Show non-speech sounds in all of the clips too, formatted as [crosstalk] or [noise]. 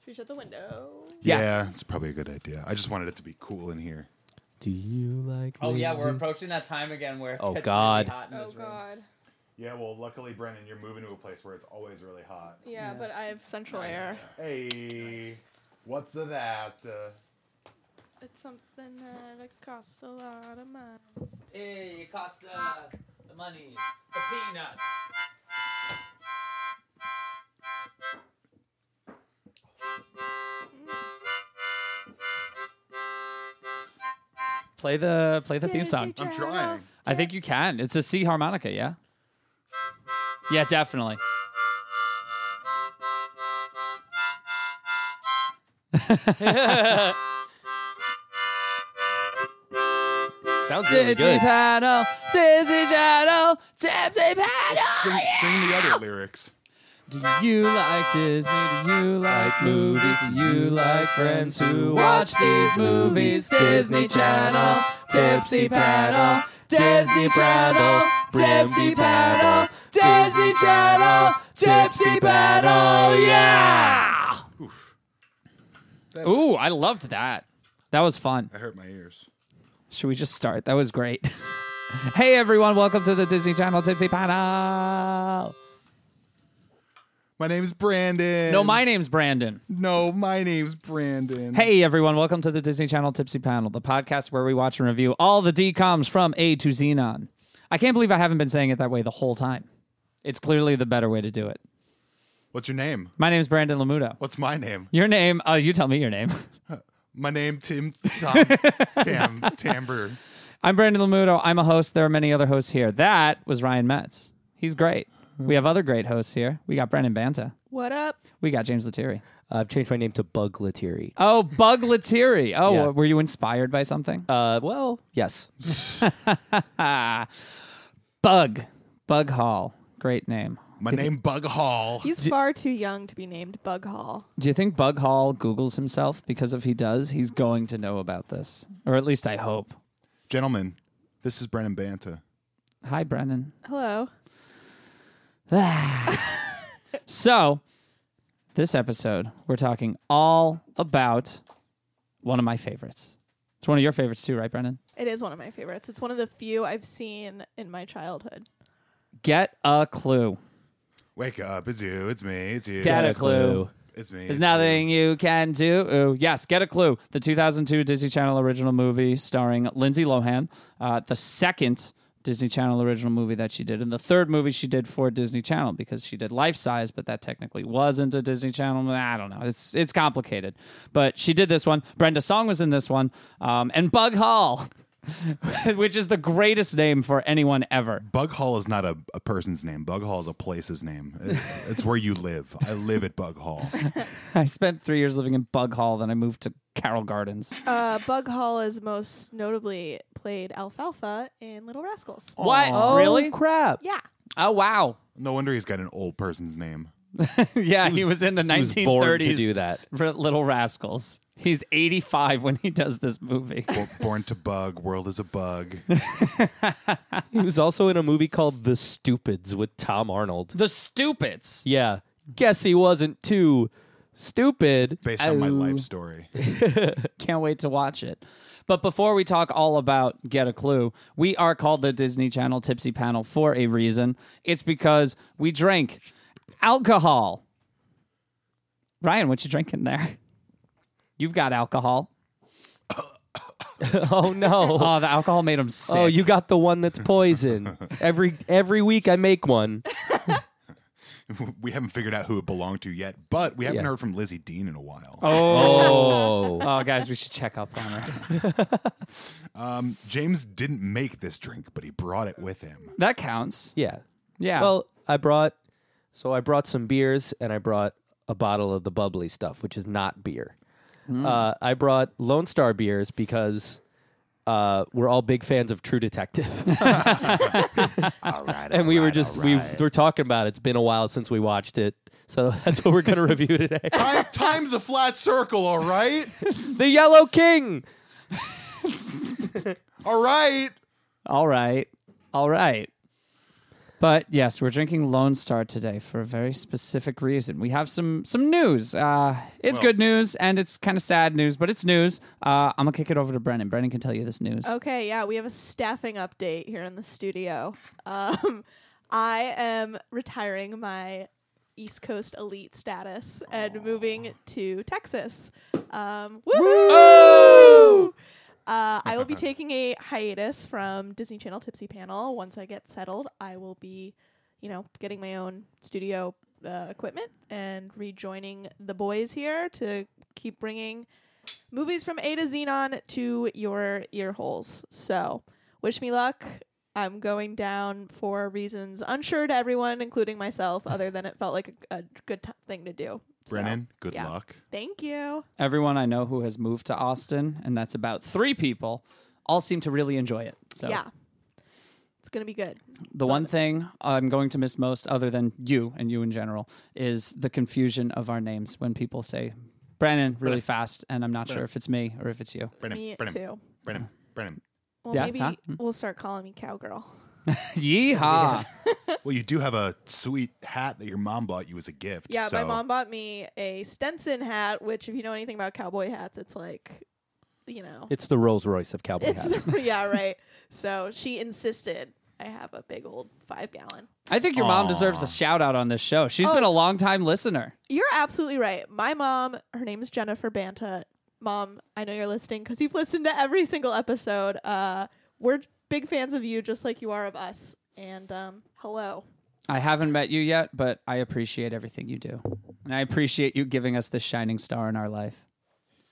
Should we shut the window? Yes. Yeah, it's probably a good idea. I just wanted it to be cool in here. Do you like? Oh yeah, we're lazy- approaching that time again where it Oh, gets God. really hot in Oh this room. God. Yeah, well, luckily, Brendan, you're moving to a place where it's always really hot. Yeah, but I have central air. Hey, what's of that? Uh, It's something that costs a lot of money. Hey, it cost the, the money, the peanuts. Play the play the theme song. I'm trying. I think you can. It's a C harmonica, yeah. Yeah, definitely. Sounds really Dizzy good. paddle, dizzy paddle, tipsy paddle. Sing, sing the other lyrics. Do you like Disney? Do you like movies? Do you like friends who watch these movies? Disney Channel, Tipsy Paddle, Disney Channel, Tipsy Paddle, Disney Channel, Tipsy Paddle, yeah! Ooh, I loved that. That was fun. I hurt my ears. Should we just start? That was great. [laughs] hey everyone, welcome to the Disney Channel Tipsy Paddle. My name's Brandon. No, my name's Brandon. No, my name's Brandon. Hey everyone, welcome to the Disney Channel Tipsy Panel, the podcast where we watch and review all the DComs from A to Xenon. I can't believe I haven't been saying it that way the whole time. It's clearly the better way to do it. what's your name? My name is Brandon Lamuto. What's my name? Your name? Oh, you tell me your name. [laughs] My name Tim Tom Tam Tamber. I'm Brandon Lamuto. I'm a host. There are many other hosts here. That was Ryan Metz. He's great. We have other great hosts here. We got Brendan Banta. What up? We got James Lettieri. I've changed my name to Bug Lettieri. Oh, Bug Lettieri. Oh, Yeah. were you inspired by something? Uh, well, yes. Ah, Bug. Bug Hall. Great name. My name Bug Hall. He's far too young to be named Bug Hall. Do you think Bug Hall Googles himself? Because if he does, he's going to know about this. Or at least I hope. Gentlemen, this is Brennan Banta. Hi, Brennan. Hello. So, this episode, we're talking all about one of my favorites. It's one of your favorites too, right, Brennan? It is one of my favorites. It's one of the few I've seen in my childhood. Get a clue. Wake up, it's you, it's me, it's you. Get a That's clue. It's me. There's it's nothing you can do. Ooh, yes, get a clue. The 2002 Disney Channel original movie starring Lindsay Lohan, uh, the second Disney Channel original movie that she did, and the third movie she did for Disney Channel because she did Life Size, but that technically wasn't a Disney Channel. I don't know. It's it's complicated, but she did this one. Brenda Song was in this one, um, and Bug Hall, [laughs] which is the greatest name for anyone ever. Bug Hall is not a, a person's name. Bug Hall is a place's name. It- it's where you live. I live at Bug Hall. I spent three years living in Bug Hall, then I moved to Carroll Gardens. Uh, Bug Hall is most notably played Alfalfa in Little Rascals. What? Really? crap. Yeah. Oh wow. No wonder he's got an old person's name. yeah, he was in the He was born 1930s. to do that. for Little Rascals. He's 85 when he does [laughs] this movie. Bo- Born to bug, world is a bug. He was also in a movie called The Stupids with Tom Arnold. the Stupids. Yeah. Guess he wasn't too stupid. Based on my Oh. life story. Can't wait to watch it. But before we talk all about Get a Clue, we are called the Disney Channel Tipsy Panel for a reason. It's because we drink alcohol. Ryan, what you drinking there? You've got alcohol. Oh [laughs] no. Oh, the alcohol made him sick. oh, you got the one that's poison. every every week I make one. We haven't figured out who it belonged to yet, but we haven't Yeah. heard from Lizzie Dean in a while. Oh. oh, guys, we should check up on her. Um, James didn't make this drink, but he brought it with him. That counts. Yeah. Yeah. Well, I brought so I brought some beers and I brought a bottle of the bubbly stuff, which is not beer. Uh, I brought Lone Star beers because uh, we're all big fans of True Detective, [laughs] [laughs] All right. and we were just we were talking about it. it's been a while since we watched it, so [laughs] that's what we're going to review today. [laughs] Time, time's a flat circle, all right? the Yellow King. All right. [laughs] All right. All right. But yes, we're drinking Lone Star today for a very specific reason. We have some some news. Uh, it's good news and it's kind of sad news, but it's news. Uh, I'm gonna kick it over to Brennan. Brennan can tell you this news. Okay, yeah, we have a staffing update here in the studio. Um, I am retiring my East Coast elite status and moving to Texas. Um, woohoo! Uh, I will be taking a hiatus from Disney Channel Tipsy Panel. Once I get settled, I will be, you know, getting my own studio uh, equipment and rejoining the boys here to keep bringing movies from A to Xenon to your ear holes. So, wish me luck. I'm going down for reasons unsure to everyone, including myself, other than it felt like a, a good t- thing to do. So, Brennan, good yeah. luck. Thank you. Everyone I know who has moved to Austin, and that's about three people, all seem to really enjoy it. So Yeah. It's going to be good. the one thing I'm going to miss most, other than you and you in general, is the confusion of our names when people say Brennan really fast, and I'm not sure if it's me or if it's you. Brennan, Me Brennan, too. Brennan, Brennan. Well, Yeah, maybe huh? Mm. we'll start calling me Cowgirl. Yeehaw! Well, you do have a sweet hat that your mom bought you as a gift. Yeah, my so- mom bought me a Stenson hat, which, if you know anything about cowboy hats, it's like, you know, It's the Rolls Royce of cowboy It's hats. the, [laughs] yeah, right. So she insisted I have a big old five gallon. I think your mom deserves a shout out on this show. She's been a long time listener. You're absolutely right. My mom, her name is Jennifer Banta. Mom, I know you're listening because you've listened to every single episode. Uh, we're big fans of you, just like you are of us. And um, hello. I haven't met you yet, but I appreciate everything you do. And I appreciate you giving us this shining star in our life.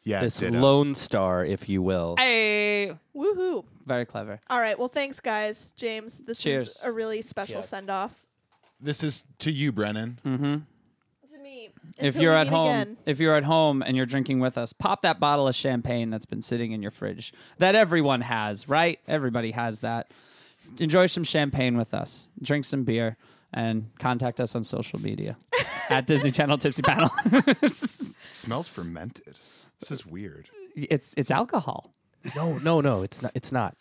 Yeah, this ditto. Lone Star, if you will. Hey! Woohoo. Very clever. All right. Well, thanks, guys. James, this Cheers. is a really special send off This is to you, Brennan. to me. If until you're we at meet home, again. if you're at home and you're drinking with us, pop that bottle of champagne that's been sitting in your fridge. That everyone has, right? Everybody has that. Enjoy some champagne with us. Drink some beer and contact us on social media at Disney Channel Tipsy Panel. [laughs] It smells fermented. This is weird. it's it's [laughs] alcohol. No, no, no. It's not. It's not.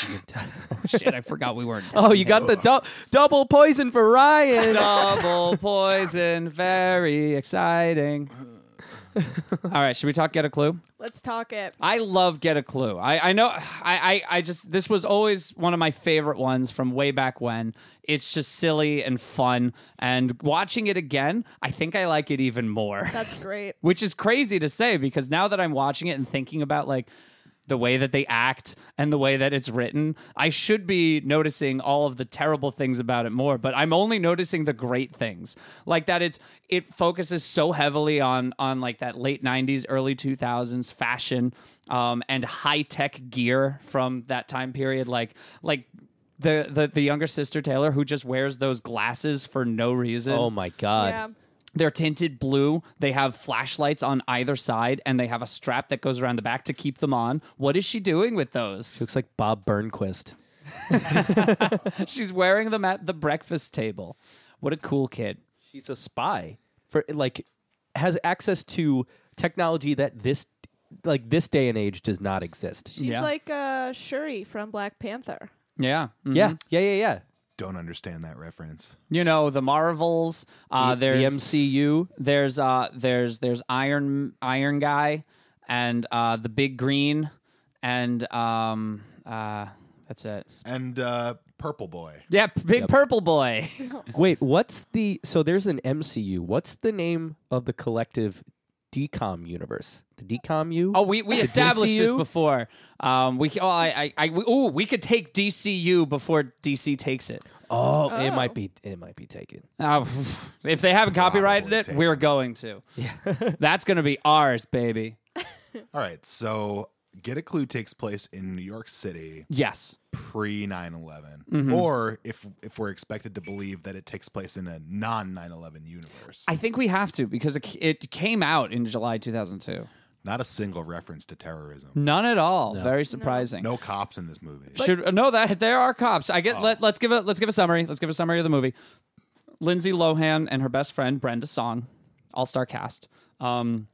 Oh, Shit, I forgot we [laughs] weren't. Oh, you got the dou- double poison for [laughs] Ryan. Double poison. Very [laughs] exciting. All right, should we talk Get a Clue? Let's talk it. I love Get a Clue. I, I know, I, I, I just, this was always one of my favorite ones from way back when. It's just silly and fun. And watching it again, I think I like it even more That's great. which is crazy to say because now that I'm watching it and thinking about like the way that they act and the way that it's written, I should be noticing all of the terrible things about it more, but I'm only noticing the great things. Like that it's it focuses so heavily on on like that late 90s early 2000s fashion um and high-tech gear from that time period like like the, the the younger sister Taylor who just wears those glasses for no reason. Oh my god. Yeah. They're tinted blue. They have flashlights on either side, and they have a strap that goes around the back to keep them on. What is she doing with those? [laughs] Looks like Bob Burnquist. She's wearing them at the breakfast table. What a cool kid. She's a spy for like has access to technology that this like this day and age does not exist. She's Yeah. like uh, Shuri from Black Panther. Yeah. Mhm. Yeah, yeah, yeah, yeah. Don't understand that reference. You know, the Marvels. Uh, there's the MCU. there's uh there's there's Iron Iron Guy and uh the Big Green and um uh that's it. And uh, Purple Boy. Yeah, Big Purple Boy. [laughs] Wait, what's the so there's an MCU. What's the name of the collective DCOM universe? The DCOM U? Oh, we, we established this DCU? before. Um, we oh, I, I, I we, ooh, we could take DCU before DC takes it. Oh, it might be it might be taken. Uh, if they haven't copyrighted Probably it, take we're going to. [laughs] That's going to be ours, baby. All right, so Get a Clue takes place in New York City Yes. pre 9 11. Or if, if we're expected to believe that it takes place in a non 9 11 universe. I think we have to because it, it came out in July 2002. Not a single reference to terrorism. None at all. Very surprising. No cops in this movie. Should uh, no that there are cops. I get let, let's give a let's give a summary. Let's give a summary of the movie. Lindsay Lohan and her best friend Brenda Song, all star cast, um,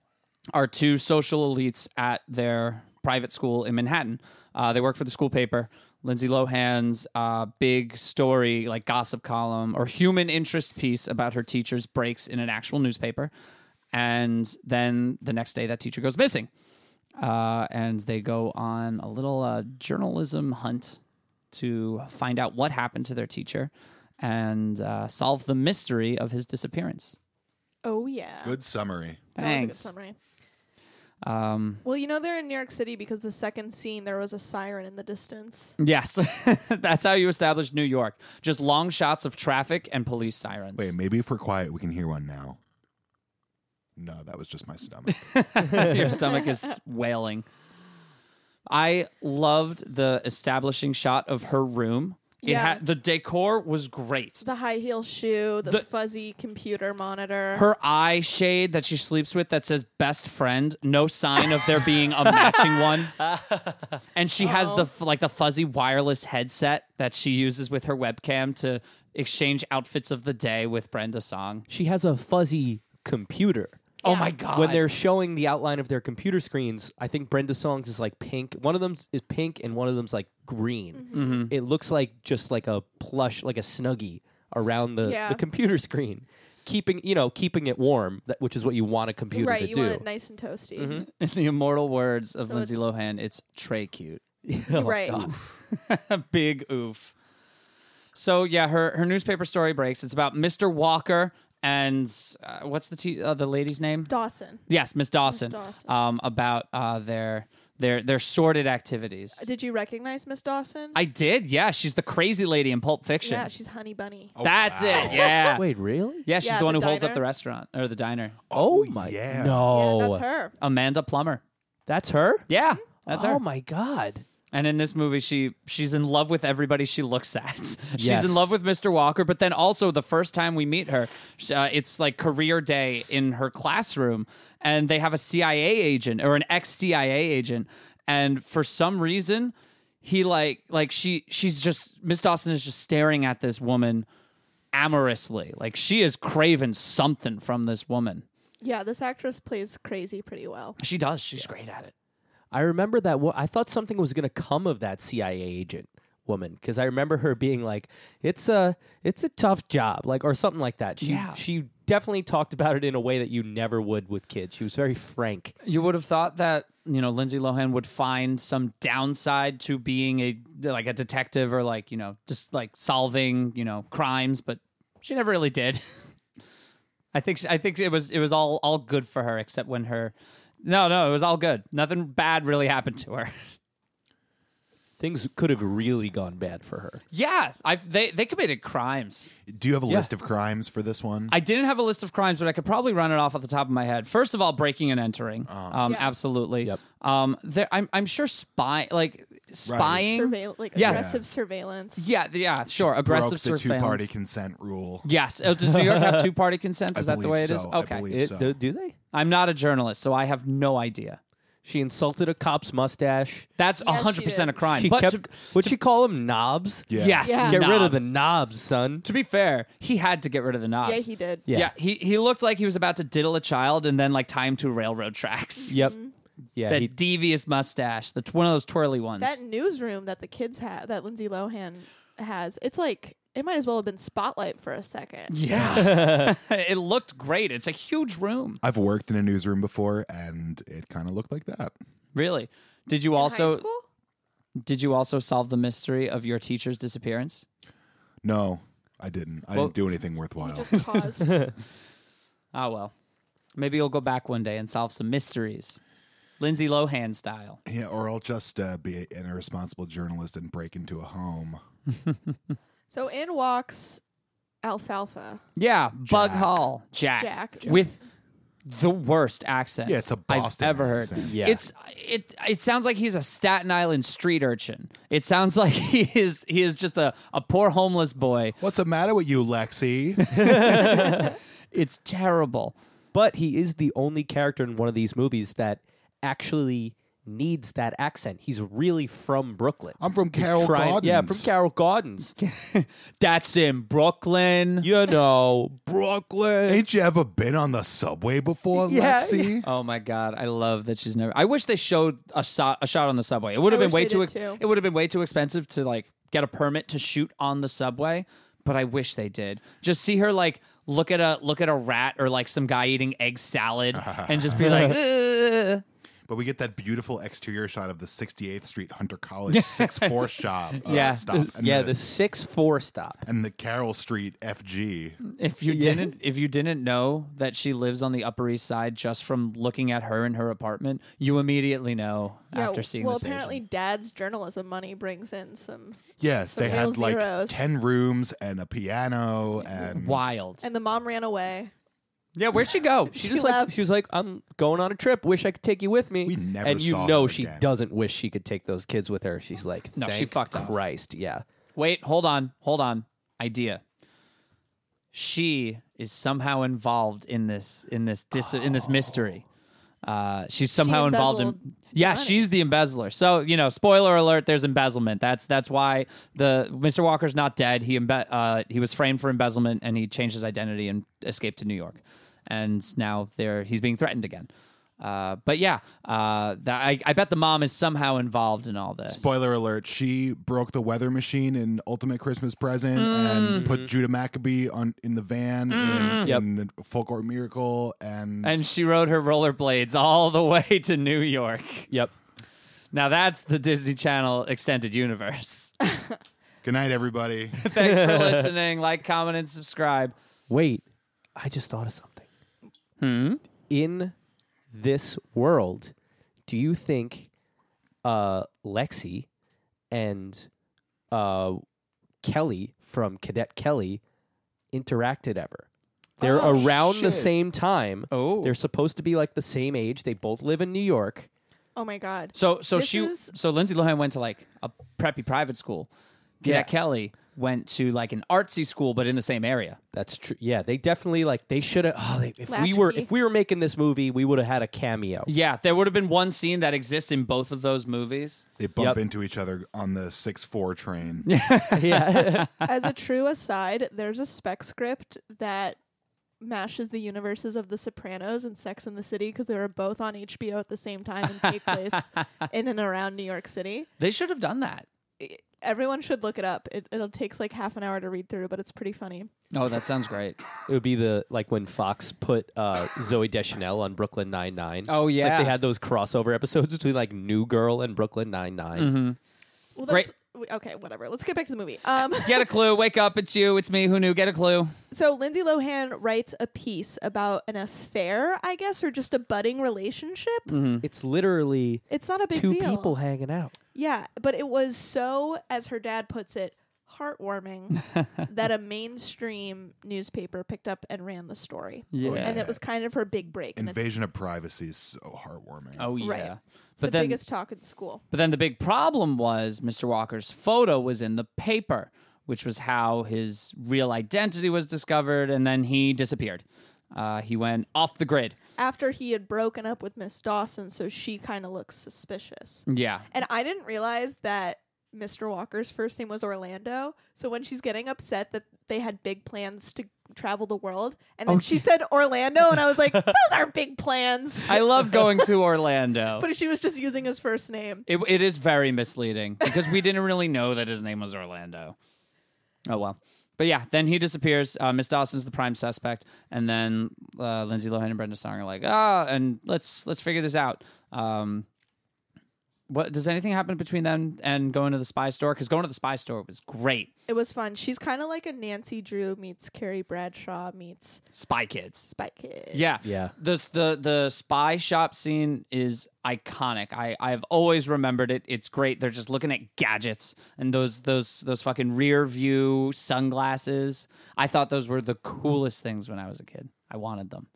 are two social elites at their private school in Manhattan. Uh, they work for the school paper. Lindsay Lohan's uh, big story, like gossip column or human interest piece about her teacher's breaks in an actual newspaper. And then the next day, that teacher goes missing. Uh, and they go on a little uh, journalism hunt to find out what happened to their teacher and uh, solve the mystery of his disappearance. Oh yeah. Good summary. That Thanks. was a good summary. Um, Well, you know they're in New York City because the second scene there was a siren in the distance. yes, [laughs] that's how you establish New York. Just long shots of traffic and police sirens. Wait, maybe if we're quiet, we can hear one now. No, that was just my stomach. [laughs] Your stomach is wailing. I loved the establishing shot of her room. It Yeah. had, the decor was great. The high heel shoe, the, The- fuzzy computer monitor. Her eye shade that she sleeps with that says best friend, no sign of there being a [laughs] matching one. And she has Oh. the f- like the fuzzy wireless headset that she uses with her webcam to exchange outfits of the day with Brenda Song. She has a fuzzy computer. Oh Yeah. my god. When they're showing the outline of their computer screens, I think Brenda Song's is like pink. One of them's is pink and one of them's like green. Mm-hmm. It looks like just like a plush, like a snuggie around the, Yeah. the computer screen. Keeping you know, keeping it warm, that, which is what you want a computer right, to you do. want it nice and toasty. [laughs] in the immortal words of So Lindsay Lohan, it's Trey cute. [laughs] Oh, Right. Big oof. So yeah, her her newspaper story breaks. It's about Mr. Walker and uh, what's the t- uh, the lady's name? Dawson. Yes, Miss Dawson. Dawson. Um, about uh, their their their sordid activities. Uh, Did you recognize Miss Dawson? I did. Yeah, she's the crazy lady in Pulp Fiction. yeah, she's Honey Bunny. That's wow. [laughs] it. Yeah. Wait, really? Yeah, she's Yeah, the one the who holds up diner. the restaurant or the diner. Oh, [laughs] my yeah. No. Oh. Yeah, that's her. Amanda Plummer. That's her? Yeah, Mm-hmm. that's oh her. my god. And in this movie, she she's in love with everybody she looks at. [laughs] she's Yes. in love with Mr. Walker, but then also the first time we meet her, sh- uh, it's like career day in her classroom, and they have a CIA agent or an ex CIA agent, and for some reason, he like like she she's just Miss Dawson is just staring at this woman amorously, like she is craving something from this woman. Yeah, this actress plays crazy pretty well. She does. She's great at it. I remember that. Wo- I thought something was going to come of that CIA agent woman because I remember her being like, "It's a, it's a tough job," like or something like that. She, Yeah. she definitely talked about it in a way that you never would with kids. She was very frank. You would have thought that you know Lindsay Lohan would find some downside to being a like a detective or like you know just like solving you know crimes, but she never really did. [laughs] I think she, I think it was it was all all good for her except when her no no it was all good nothing bad really happened to her. [laughs] Things could have really gone bad for her. yeah, I they they committed crimes. Do you have a list of crimes for this one? I didn't have a list of crimes, but I could probably run it off at the top of my head. First of all, breaking and entering, um, Yeah. absolutely. Yep. Um, there, I'm I'm sure spy like spying. Surveil- like Yeah. aggressive surveillance. Yeah, th- yeah, sure. Broke Aggressive the surveillance. two-party consent rule. Yes. Oh, does New [laughs] York have two party consent? I Is that the believe way it so. is? I Okay. believe It- so. do, do they? I'm not a journalist, so I have no idea. She insulted a cop's mustache. That's Yes, she hundred percent a did. crime. She but kept. to, would she call him knobs? Yeah. yes, Yeah. Get rid of the knobs. knobs, son. To be fair, he had to get rid of the knobs. Yeah, he did. Yeah. Yeah. he he looked like he was about to diddle a child and then like tie him to railroad tracks. Yep. Yeah. Mm-hmm. That he- devious mustache, the one of those twirly ones. That newsroom that the kids have, that Lindsay Lohan has, it's like it might as well have been Spotlight for a second. [laughs] yeah, [laughs] it looked great. It's a huge room. I've worked in a newsroom before, and it kind of looked like that. Really? Did you High also school? did you also solve the mystery of your teacher's disappearance? No, I didn't. I Well- didn't do anything worthwhile. [laughs] Just paused. yeah, Ah well. Maybe you'll go back one day and solve some mysteries. Lindsay Lohan style. [laughs] yeah, or I'll just uh, be an irresponsible journalist and break into a home. So in walks Alfalfa. Yeah, Bug Jack. Hall. Jack. Jack. Jack. With the worst accent Yeah, it's a Boston I've ever accent. heard. Yeah. It's it it sounds like he's a Staten Island street urchin. It sounds [laughs] like he is he is just a, a poor homeless boy. What's the matter with you, [laughs] Lexi? It's terrible. but he is the only character in one of these movies that actually needs that accent. He's really from Brooklyn. I'm from He's Carroll trying- Gardens. Yeah, from [laughs] Carroll Gardens. That's in Brooklyn. you know, Brooklyn. Ain't you ever been on the subway before, [laughs] Yeah, Lexi? Oh my god, I love that she's never. I wish they showed a shot a shot on the subway. It would have I been wish way they too, did too. ex- It would have been way too expensive to like get a permit to shoot on the subway. But I wish they did. Just see her like look at a look at a rat or like some guy eating egg salad and just be [laughs] like, "Eh." "Ugh." But we get that beautiful exterior shot of the 68th Street Hunter College 6 4 shop. uh, Yeah. Stop. And Yeah, the, the six four stop. And the Carroll Street FG. Mm. if you didn't if you didn't know that she lives on the Upper East Side just from looking at her in her apartment, you immediately know Yeah, after seeing well, this. apparently, Asian. Dad's journalism money brings in some, Yeah, Some they real had like zeros. 10 rooms and a piano [laughs] and wild. and the mom ran away. Yeah, where'd she go? She [laughs] She just like left. she was like, I'm going on a trip. Wish I could take you with me. We never and you saw know her she again. doesn't wish she could take those kids with her. She's like, No, she "Thank fucked off." Christ, yeah. Wait, hold on, hold on. Idea. She is somehow involved in this in this dis- in this mystery. Uh, she's somehow involved embezzled in. Yeah, she's the embezzler. So you know, spoiler alert. There's embezzlement. That's that's why the Mr. Walker's not dead. He embe- uh, he was framed for embezzlement and he changed his identity and escaped to New York. And now there he's being threatened again. Uh, but yeah, uh, that, I, I bet the mom is somehow involved in all this. Spoiler alert, she broke the weather machine in Ultimate Christmas Present and put Judah Maccabee on in the van in, Yep. in Folk Art Miracle and, and she rode her rollerblades all the way [laughs] to New York. Yep. Now that's the Disney Channel extended universe. [laughs] Good night everybody. Thanks for listening. Like, comment, and subscribe. Wait, I just thought of something. Hmm? In this world, do you think uh, Lexi and uh, Kelly from Cadet Kelly interacted ever? They're Oh, around shit. the same time. Oh. They're supposed to be like the same age. They both live in New York. Oh my God. So so This she is- so Lindsay Lohan went to like a preppy private school. Yeah, Yeah. Kelly went to like an artsy school, but in the same area. That's true. Yeah, they definitely like they should have. Oh, they, if we Latchkey. were if we were making this movie, we would have had a cameo. Yeah, there would have been one scene that exists in both of those movies. They bump Yep. into each other on the 6 4 train. [laughs] yeah. As a true aside, there's a spec script that mashes the universes of The Sopranos and Sex in the City because they were both on HBO at the same time and take [laughs] place in and around New York City. They should have done that. Everyone should look it up. It it'll takes like half an hour to read through, but it's pretty funny. Oh, that sounds great. It would be the like when Fox put uh, Zoe Deschanel on Brooklyn Nine Nine. Oh, yeah. like they had those crossover episodes between like New Girl and Brooklyn Nine Mm-hmm. Well, Great. that's- w- Okay, whatever. Let's get back to the movie. [laughs] Um, Get a clue. Wake up. It's you. It's me. Who knew? Get a clue. so Lindsay Lohan writes a piece about an affair, I guess, or just a budding relationship. It's literally It's not a big Mm. two deal. people hanging out. Yeah, but it was so, as her dad puts it, [laughs] heartwarming that a mainstream newspaper picked up and ran the story. Oh, Yeah. And it was kind of her big break. And it's Invasion of privacy is so heartwarming. Oh yeah. Right. But the then biggest talk in school. But then the big problem was Mr. Walker's photo was in the paper, which was how his real identity was discovered, and then he disappeared. Uh, he went off the grid. After he had broken up with Miss Dawson, so she kind of looks suspicious. Yeah. And I didn't realize that Mr. Walker's first name was Orlando. So when she's getting upset that they had big plans to travel the world, and Oh, then she said Orlando, and I was like, those aren't big [laughs] plans. I love going to [laughs] Orlando. [laughs] but she was just using his first name. it, it is very misleading because we didn't really know that his name was Orlando. Oh, well. But yeah, then he disappears. Uh, Miss Dawson's the prime suspect, and then uh, Lindsay Lohan and Brenda Song are like, "Ah, and let's let's figure this out." Um, what does anything happen between them and going to the spy store? Because going to the spy store was great. It was fun. She's kind of like a Nancy Drew meets Carrie Bradshaw meets Spy Kids. Spy Kids. Yeah, Yeah. The the the spy shop scene is iconic. I I've always remembered it. It's great. They're just looking at gadgets and those those those fucking rear view sunglasses. I thought those were the coolest things when I was a kid. I wanted them.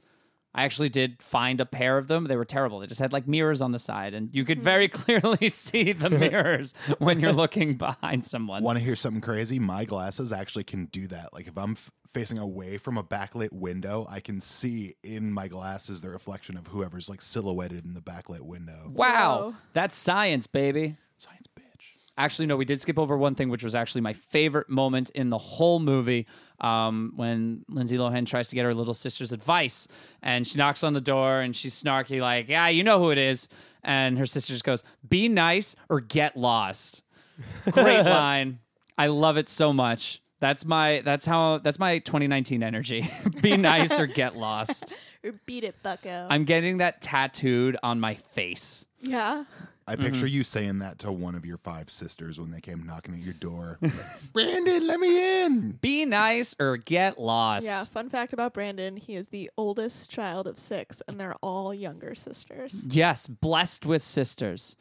I actually did find a pair of them. They were terrible. They just had like mirrors on the side, and you could very [laughs] clearly see the mirrors when you're looking behind someone. Want to hear something crazy? My glasses actually can do that. Like if I'm f- facing away from a backlit window, I can see in my glasses the reflection of whoever's like silhouetted in the backlit window. Wow, Whoa. that's science, baby. Science bitch. Actually, no, we did skip over one thing, which was actually my favorite moment in the whole movie um, when Lindsay Lohan tries to get her little sister's advice. And she knocks on the door and she's snarky, like, Yeah, you know who it is. And her sister just goes, Be nice or get lost. Great line. I love it so much. That's my that's how that's my 2019 energy. [laughs] Be nice or get lost. Or beat it, Bucko. I'm getting that tattooed on my face. yeah. I Mm-hmm. picture you saying that to one of your five sisters when they came knocking at your [laughs] door. Brandon, let me in. Be nice or get lost. Yeah. Fun fact about Brandon: he is the oldest child of six, and they're all younger sisters. Yes, blessed with sisters.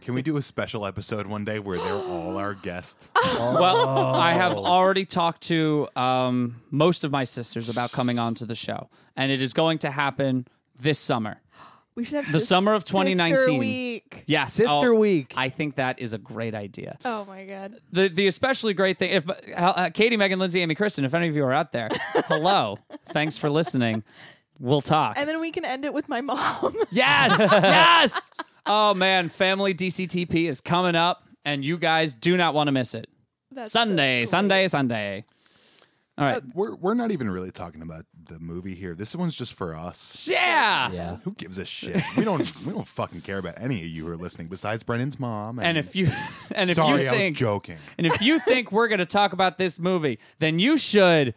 Can we do a special episode one day where they're all our [gasps] guests? Well, I have already talked to um, most of my sisters about coming on to the show, and it is going to happen this summer. We should have The sis- summer of 2019. Sister week. Yes, Sister I'll- Week. I think that is a great idea. Oh my god. The the especially great thing if uh, Katie, Megan, Lindsay, Amy, Kristen, if any of you are out [laughs] there, hello, thanks for listening. We'll talk. And then we can end it with my mom. [laughs] Yes, yes. Oh man, family DCTP is coming up, and you guys do not want to miss it. That's so Sunday, great. Sunday, Sunday. All right. We're we're not even really talking about the movie here. This one's just for us. Yeah. Yeah. Who gives a shit? We don't [laughs] we don't fucking care about any of you who are listening besides Brennan's mom. And if you [laughs] and if sorry, you I was think joking. and if you think we're going to talk about this movie, then you should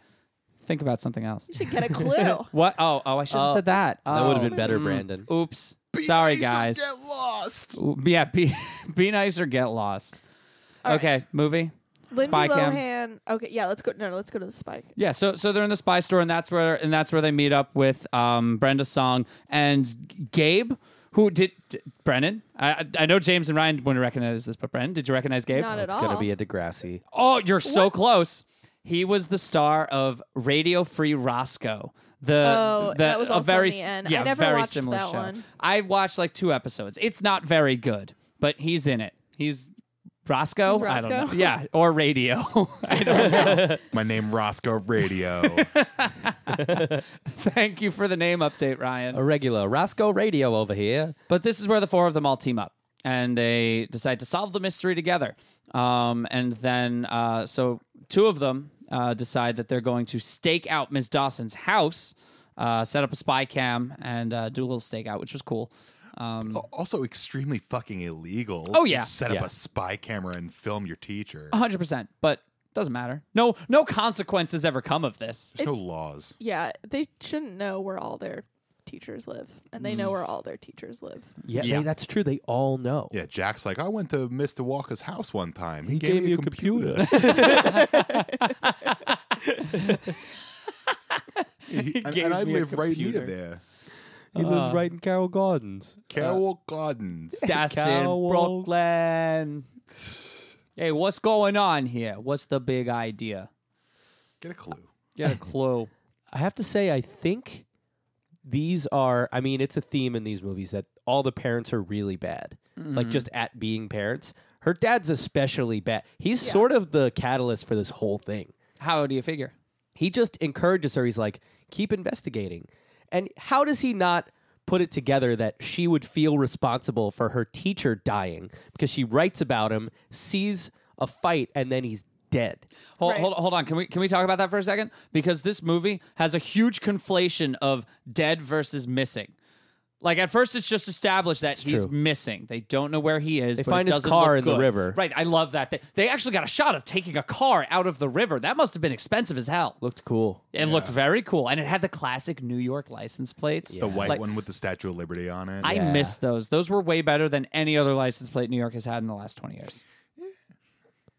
think about something else. You should get a [laughs] clue. What? Oh, oh, I should have Oh, said that. That would have Oh. been better, Brandon. Oops. Sorry, guys. Get lost. Ooh, Yeah, be [laughs] be nice or get lost. okay, movie. Lindsay Spy cam. Lohan. Okay, yeah, let's go. No, no, let's go to the spike. Yeah, so so they're in the spy store, and that's where and that's where they meet up with um, Brenda Song and Gabe, who did, d Brennan. I I- I know James and Ryan wouldn't recognize this, but Brennan, did you recognize Gabe? Not at It's all. gonna be a Degrassi. Oh, you're so close. He was the star of Radio Free Roscoe. The, Oh, the- that was a also very on the end. Yeah, I never very watched similar that show. one. I've watched like two episodes. It's not very good, but he's in it. He's Roscoe. He's I don't know. Roscoe? Yeah, or Radio. [laughs] I don't know. My name Roscoe Radio. [laughs] Thank you for the name update, Ryan. A regular Roscoe Radio over here. But this is where the four of them all team up and they decide to solve the mystery together. Um, and then, uh, so two of them uh, decide that they're going to stake out Miss Dawson's house, uh, set up a spy cam, and uh, do a little stakeout, which was cool. also extremely fucking illegal. Oh, yeah. Uh, To set up Yeah. a spy camera and film your teacher. 100%, but doesn't matter. No, no consequences ever come of [laughs] this. There's no laws. Yeah, they shouldn't know where all their teachers live, and they Mm. know where all their teachers live. Yeah, Yeah. they- that's true. They all know. Yeah, Jack's like, I went to Mr. Walker's house one time. He, gave me a [laughs] He- and, gave and I me a live right near computer. there. He Uh. lives right in Carroll Gardens. Carroll Gardens. That's in Cowl. Brooklyn. Hey, what's going on here? What's the big idea? Get a [laughs] clue. Get a clue. I have to say, I think these are. I mean, it's a theme in these movies that all the parents are really bad, like just at being parents. Her dad's especially bad. He's sort of the catalyst for this whole thing. How do you figure? He just encourages her. He's like, keep investigating. And how does he not put it together that she would feel responsible for her teacher dying because she writes about him, sees a fight, and then he's dead? Hold, Right. hold, hold on. Can we can we talk about that for a second? Because this movie has a huge conflation of dead versus missing. Like at first, it's just established that he's true. missing. They don't know where he is. They find his car in the river. Right. I love that. They, they actually got a shot of taking a car out of the river. That must have been expensive as hell. Looked cool. It looked very cool, and it had the classic New York license plates. The white Like, one with the Statue of Liberty on it. I Yeah. miss those. Those were way better than any other license plate New York has had in the last twenty years.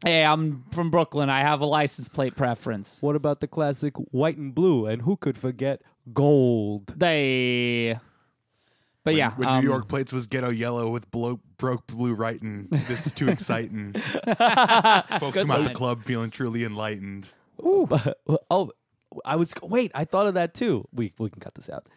Hey, I'm from Brooklyn. I have a license plate preference. What about the classic white and blue? And who could forget gold? They. But yeah, when um, New York plates was ghetto yellow with blo- broke blue writing. This is too exciting. Folks come out the line. club feeling truly enlightened. [laughs] oh, I was wait, I thought of that too. We we can cut this out.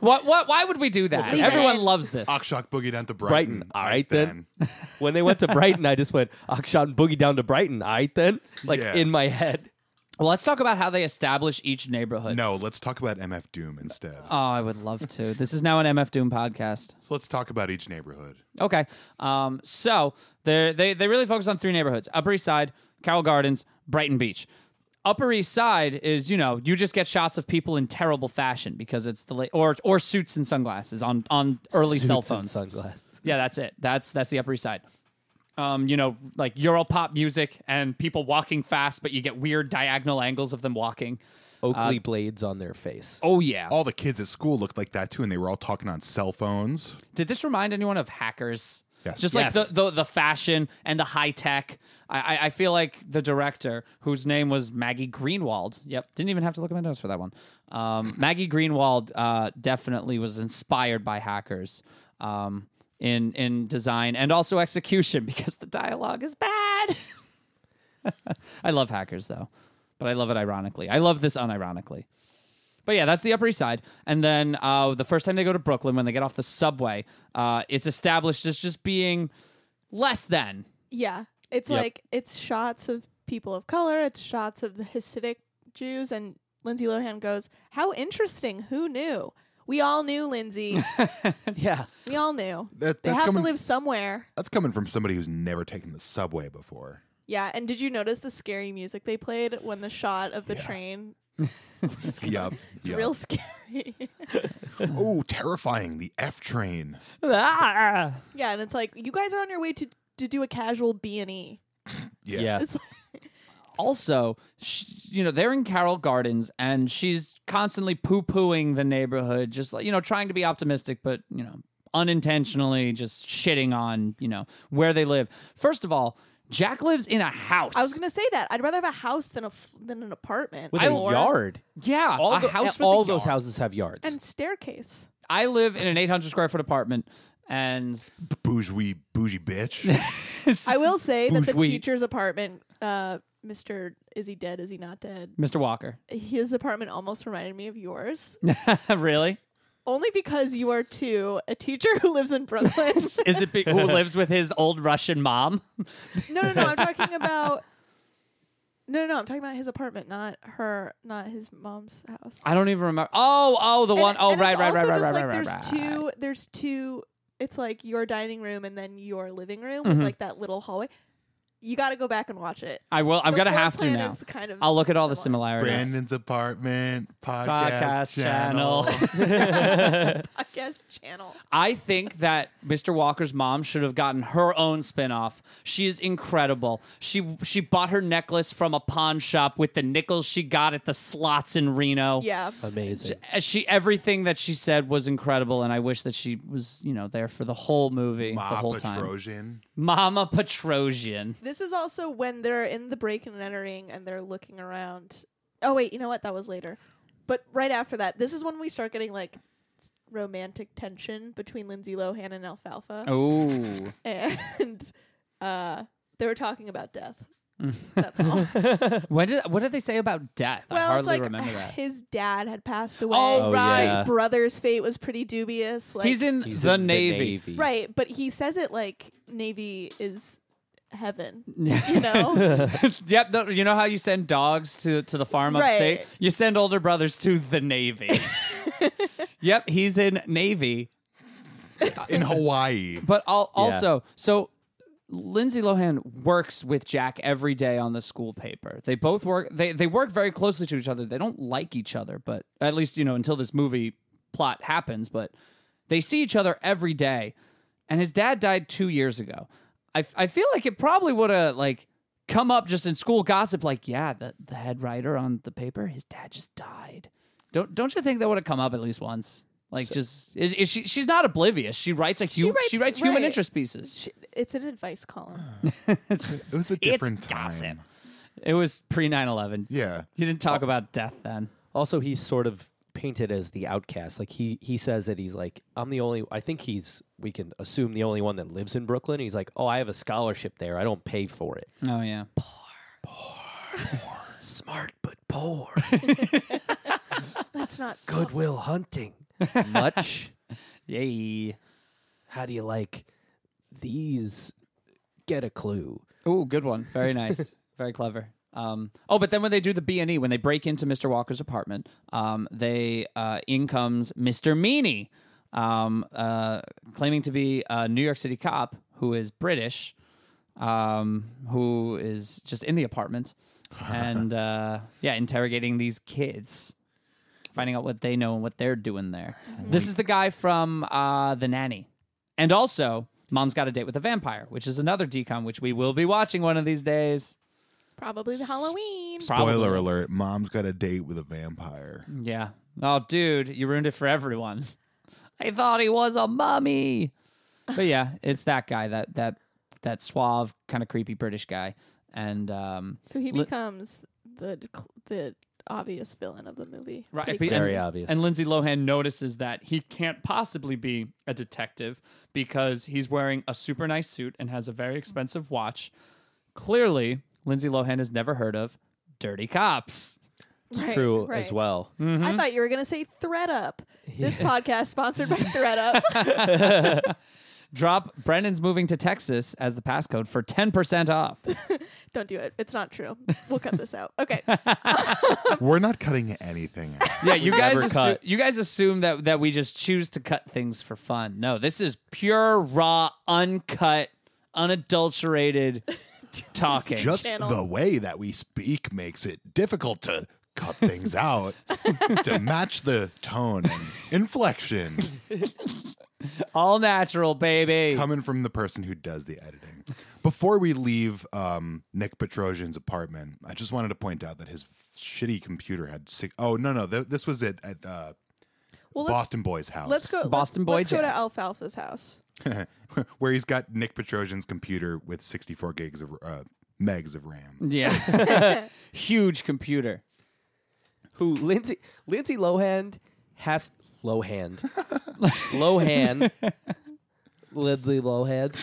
What? What? Why would we do that? Leave it Everyone in. loves this. Oxshock boogie down to Brighton. Brighton. All right, then. [laughs] When they went to Brighton, I just went Akshat and Boogie down to Brighton. All right then, like Yeah. in my head. Well, let's talk about how they establish each neighborhood. No, let's talk about MF Doom instead. Oh, I would love to. This is now an MF Doom podcast. so let's talk about each neighborhood. Okay. Um, so they they they really focus on three neighborhoods: Upper East Side, Carroll Gardens, Brighton Beach. Upper East Side is you know you just get shots of people in terrible fashion because it's the late or or suits and sunglasses on on early cell Suits and phones. sunglasses. Yeah, that's it. That's that's the Upper East Side. Um, you know, like Euro pop music and people walking fast, but you get weird diagonal angles of them walking. Oakley blades on their face. Oh yeah. All the kids at school looked like that too, and they were all talking on cell phones. Did this remind anyone of hackers? Yes. Just like Yes. the, the the fashion and the high tech. I, I I feel like the director, whose name was Maggie Greenwald. Yep, didn't even have to look at my notes for that one. Um, Maggie Greenwald uh, definitely was inspired by hackers um, in in design and also execution [laughs] because the dialogue is bad. [laughs] I love hackers though, but I love it ironically. I love this unironically. But yeah, that's the Upper East Side. And then uh, the first time they go to Brooklyn, when they get off the subway, uh, it's established as just being less than. Yeah. It's Yep. like it's shots of people of color, it's shots of the Hasidic Jews and Lindsay Lohan goes, "How interesting. Who knew?" We all knew [laughs] Lindsay. Yeah, we all knew. That, They that's have to coming. live somewhere. that's coming from somebody who's never taken the subway before. Yeah, and did you notice the scary music they played when the shot of the train? Yup. It's real [laughs] scary. Oh, terrifying! The F train. Ah! yeah, and it's like you guys are on your way to to do a casual B and E. Yeah. yeah. It's like Also, sh you know, they're in Carroll Gardens and she's constantly poo pooing the neighborhood, just like, you know, trying to be optimistic, but, you know, unintentionally just shitting on, you know, where they live. First of all, Jack lives in a house. I was gonna say that I'd rather have a house than a f- than an apartment With I a yard. yeah, All a the- house with a all those yard. houses have yards. and staircase. I live in an 800 square foot apartment and Bourgeois, bougie bitch. I [laughs] will say that the Bourgeois. teacher's apartment, uh, Mister, is he dead? Is he not dead? Mr. Walker. [laughs] His apartment almost reminded me of yours, really? only because you are too a teacher who lives in Brooklyn. [laughs] [laughs] Is it be- who lives with his old Russian mom? no, no, no. I'm talking about. No, no, no. I'm talking about his apartment, not her, not his mom's house. [laughs] I don't even remember. Oh, oh, the one. And- Oh, and right, it's right, right, also right, just right, like right, There's right. two. There's two. It's like your dining room and then your living room Mm-hmm. with like that little hallway. You got to go back and watch it. I will. I'm The gonna floor have to plan now. is kind of I'll look at all the similar. similarities. Brandon's apartment podcast, Podcast channel. [laughs] channel. podcast channel. I think that Mr. Walker's mom should have gotten her own spin-off. She is incredible. She she bought her necklace from a pawn shop with the nickels she got at the slots in Reno. Uh, Yeah. Amazing. she everything that she said was incredible, and I wish that she was you know there for the whole movie, the Ma whole time. Petrosian. Mama [laughs] Petrosian. This is also when they're in the break and entering and they're looking around. Oh wait, you know what? That was later. But right after that, this is when we start getting like s- romantic tension between Lindsay Lohan and Alfalfa. Oh, [laughs] And uh they were talking about [laughs] death. That's all. when did what did they say about death? I well, hardly it's like [sighs] remember uh, that. his dad had passed away. Oh, Oh, right, yeah. His brother's fate was pretty dubious. Like he's in He's the in navy. right, but he says it like Navy is [laughs] heaven. you know? yep, no, you know how you send dogs to to the farm Right. upstate? You send older brothers to [laughs] the navy. yep, he's in navy. [laughs] in Hawaii. But al- also, so Lindsay Lohan works with Jack every day on the school paper. They both work. They they work very closely to each other. They don't like each other, but at least you know until this movie plot happens. But they see each other every day. And his dad died two years ago. I, f- I feel like it probably would have like come up just in school gossip. Like, yeah, the the head writer on the paper, his dad just died. Don't don't you think that would have come up at least once? Like, just is, is she? She's not oblivious. She writes a hu- she writes, writes- human right. interest pieces. Sh- It's an advice column. It was a different time. gossip. It was pre 9 11. Yeah. Oh. You didn't talk about death then. Also, he's sort of painted as the outcast. Like he he says that he's like, I'm the only. I think he's we can assume the only one that lives in Brooklyn. He's like, oh, I have a scholarship there. I don't pay for it. Oh, yeah. Smart but poor. That's not [laughs] Goodwill hunting. Much. Yay. How do you like these? Get a clue. Ooh, good one. Very nice. Very clever. Um, oh, but then when they do the B and E, when they break into Mr. Walker's apartment, um, they uh, in comes Mr. Meany, um, uh, claiming to be a New York City cop who is British, um, who is just in the apartment, and uh, yeah, interrogating these kids, finding out what they know and what they're doing there. This is the guy from uh, the nanny. And also, Mom's Got a Date with a Vampire, which is another decom which we will be watching one of these days. probably the Halloween. Spoiler alert: Mom's got a date with a vampire. Yeah. Oh, dude, you ruined it for everyone. [laughs] I thought he was a mummy. But yeah, it's that guy, that that that suave, kind of creepy British guy, and um, So he Li- becomes the the obvious villain of the movie. Right, Pretty but- Very and, obvious. And Lindsay Lohan notices that he can't possibly be a detective because he's wearing a super nice suit and has a very expensive watch. Clearly, Lindsay Lohan has never heard of dirty cops. cool. Right, True right. as well. Mm-hmm. I thought you were gonna say Thread [laughs] Up. This podcast sponsored by Thread Up. [laughs] Drop Brennan's moving to Texas as the passcode for 10% off. [laughs] Don't do it. It's not true. We'll cut this out. [laughs] Okay. [laughs] We're not cutting anything. Out. Yeah, you guys never assu- cut. you guys assume that that we just choose to cut things for fun. No, this is pure raw, uncut, [laughs] unadulterated talking. Just Channel. the way that we speak makes it difficult to cut things [laughs] out to match the tone and inflection all natural, baby. coming from the person who does the [laughs] editing. Before we leave um, Nick Petrosian's apartment, I just wanted to point out that his shitty computer had six oh no no th- this was it at uh, Well, let's, Boston Boy's house. let's go. let's- Boston boy Let's go to jam. Alfalfa's house. where he's got Nick Petrosian's computer with 64 gigs of uh, megs of Mm. RAM. Yeah, [laughs] huge computer. Who Lindsay Lindsay Lohan has Lohan. Lohan. Lindsay Lohan.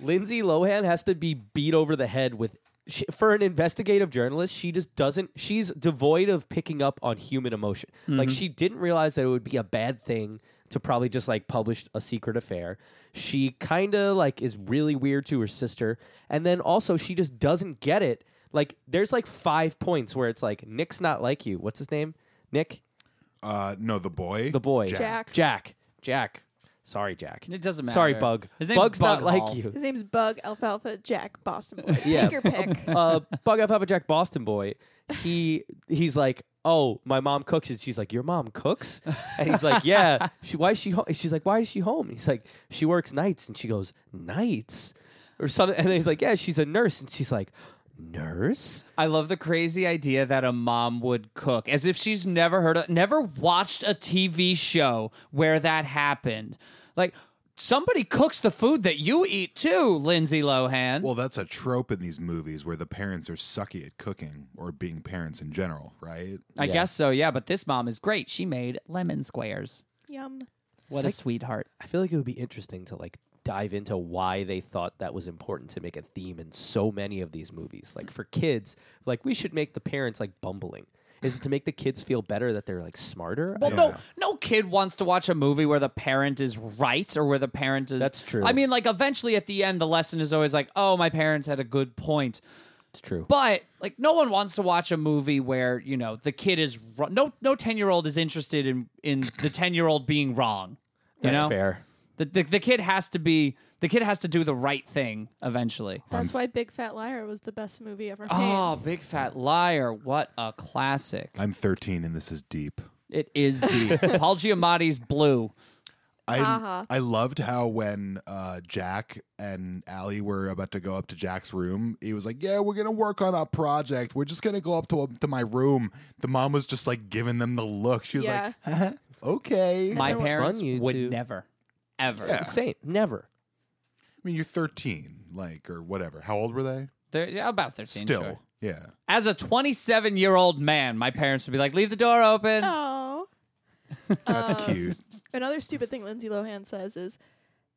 Lindsay Lohan has to be beat over the head with she, for an investigative journalist, she just doesn't she's devoid of picking up on human emotion. Like Mm-hmm. she didn't realize that it would be a bad thing to probably just like publish a secret affair. She kind of like is really weird to her sister and then also she just doesn't get it. Like there's like 5 points where it's like Nick's not like you. What's his name? Nick? Uh, no, the boy. The boy. Jack. Jack. Jack. Sorry, Jack. It doesn't matter. Sorry, Bug. His name's Bug's Bug not Hall. like you. His name's Bug Alfalfa Jack Boston Boy. Yeah. Take your pick. uh, Bug Alfalfa Jack Boston Boy, he he's like, oh, my mom cooks, and she's like, your mom cooks, and he's like, [laughs] yeah, she why is she home? She's like, why is she home? He's like, she works nights, and she goes nights, or something, and then he's like, yeah, she's a nurse, and she's like, nurse, I love the crazy idea that a mom would cook, as if she's never heard of, never watched a TV show where that happened. Like somebody cooks the food that you eat too, Lindsay Lohan. well, that's a trope in these movies where the parents are sucky at cooking or being parents in general, right? I guess so, yeah. But this mom is great. She made lemon squares. Yum. What a Psych- sweetheart. I feel like it would be interesting to like dive into why they thought that was important to make a theme in so many of these movies. Like for kids, like we should make the parents like bumbling. Is it to make the kids feel better that they're like smarter? Well, no, no kid wants to watch a movie where the parent is right or where the parent is. That's true. I mean, like eventually at the end, the lesson is always like, "Oh, my parents had a good point." It's true. But like, no one wants to watch a movie where you know the kid is ro- no no ten year old is interested in in the ten year old being wrong. You That's know? fair. The, the the kid has to be the kid has to do the right thing eventually. That's why Big Fat Liar was the best movie ever made. Oh, big fat liar! What a classic. I'm 13 and this is deep. It [laughs] is deep. Paul Giamatti's blue. I Uh-huh. I loved how when uh, Jack and Allie were about to go up to Jack's room, he was like, "Yeah, we're gonna work on our project. We're just gonna go up to to my room." The mom was just like giving them the look. She was Yeah. like, "Okay." My there were- parents Fun, you would two. never, ever. Yeah. Same. Never. I mean, you're 13, like or whatever. How old were they? They're yeah, about thirteen. Still, sure. yeah. as a twenty-seven-year-old man, my parents would be like, "Leave the door open." Oh. That's cute. Uh, Another stupid thing Lindsay Lohan says is,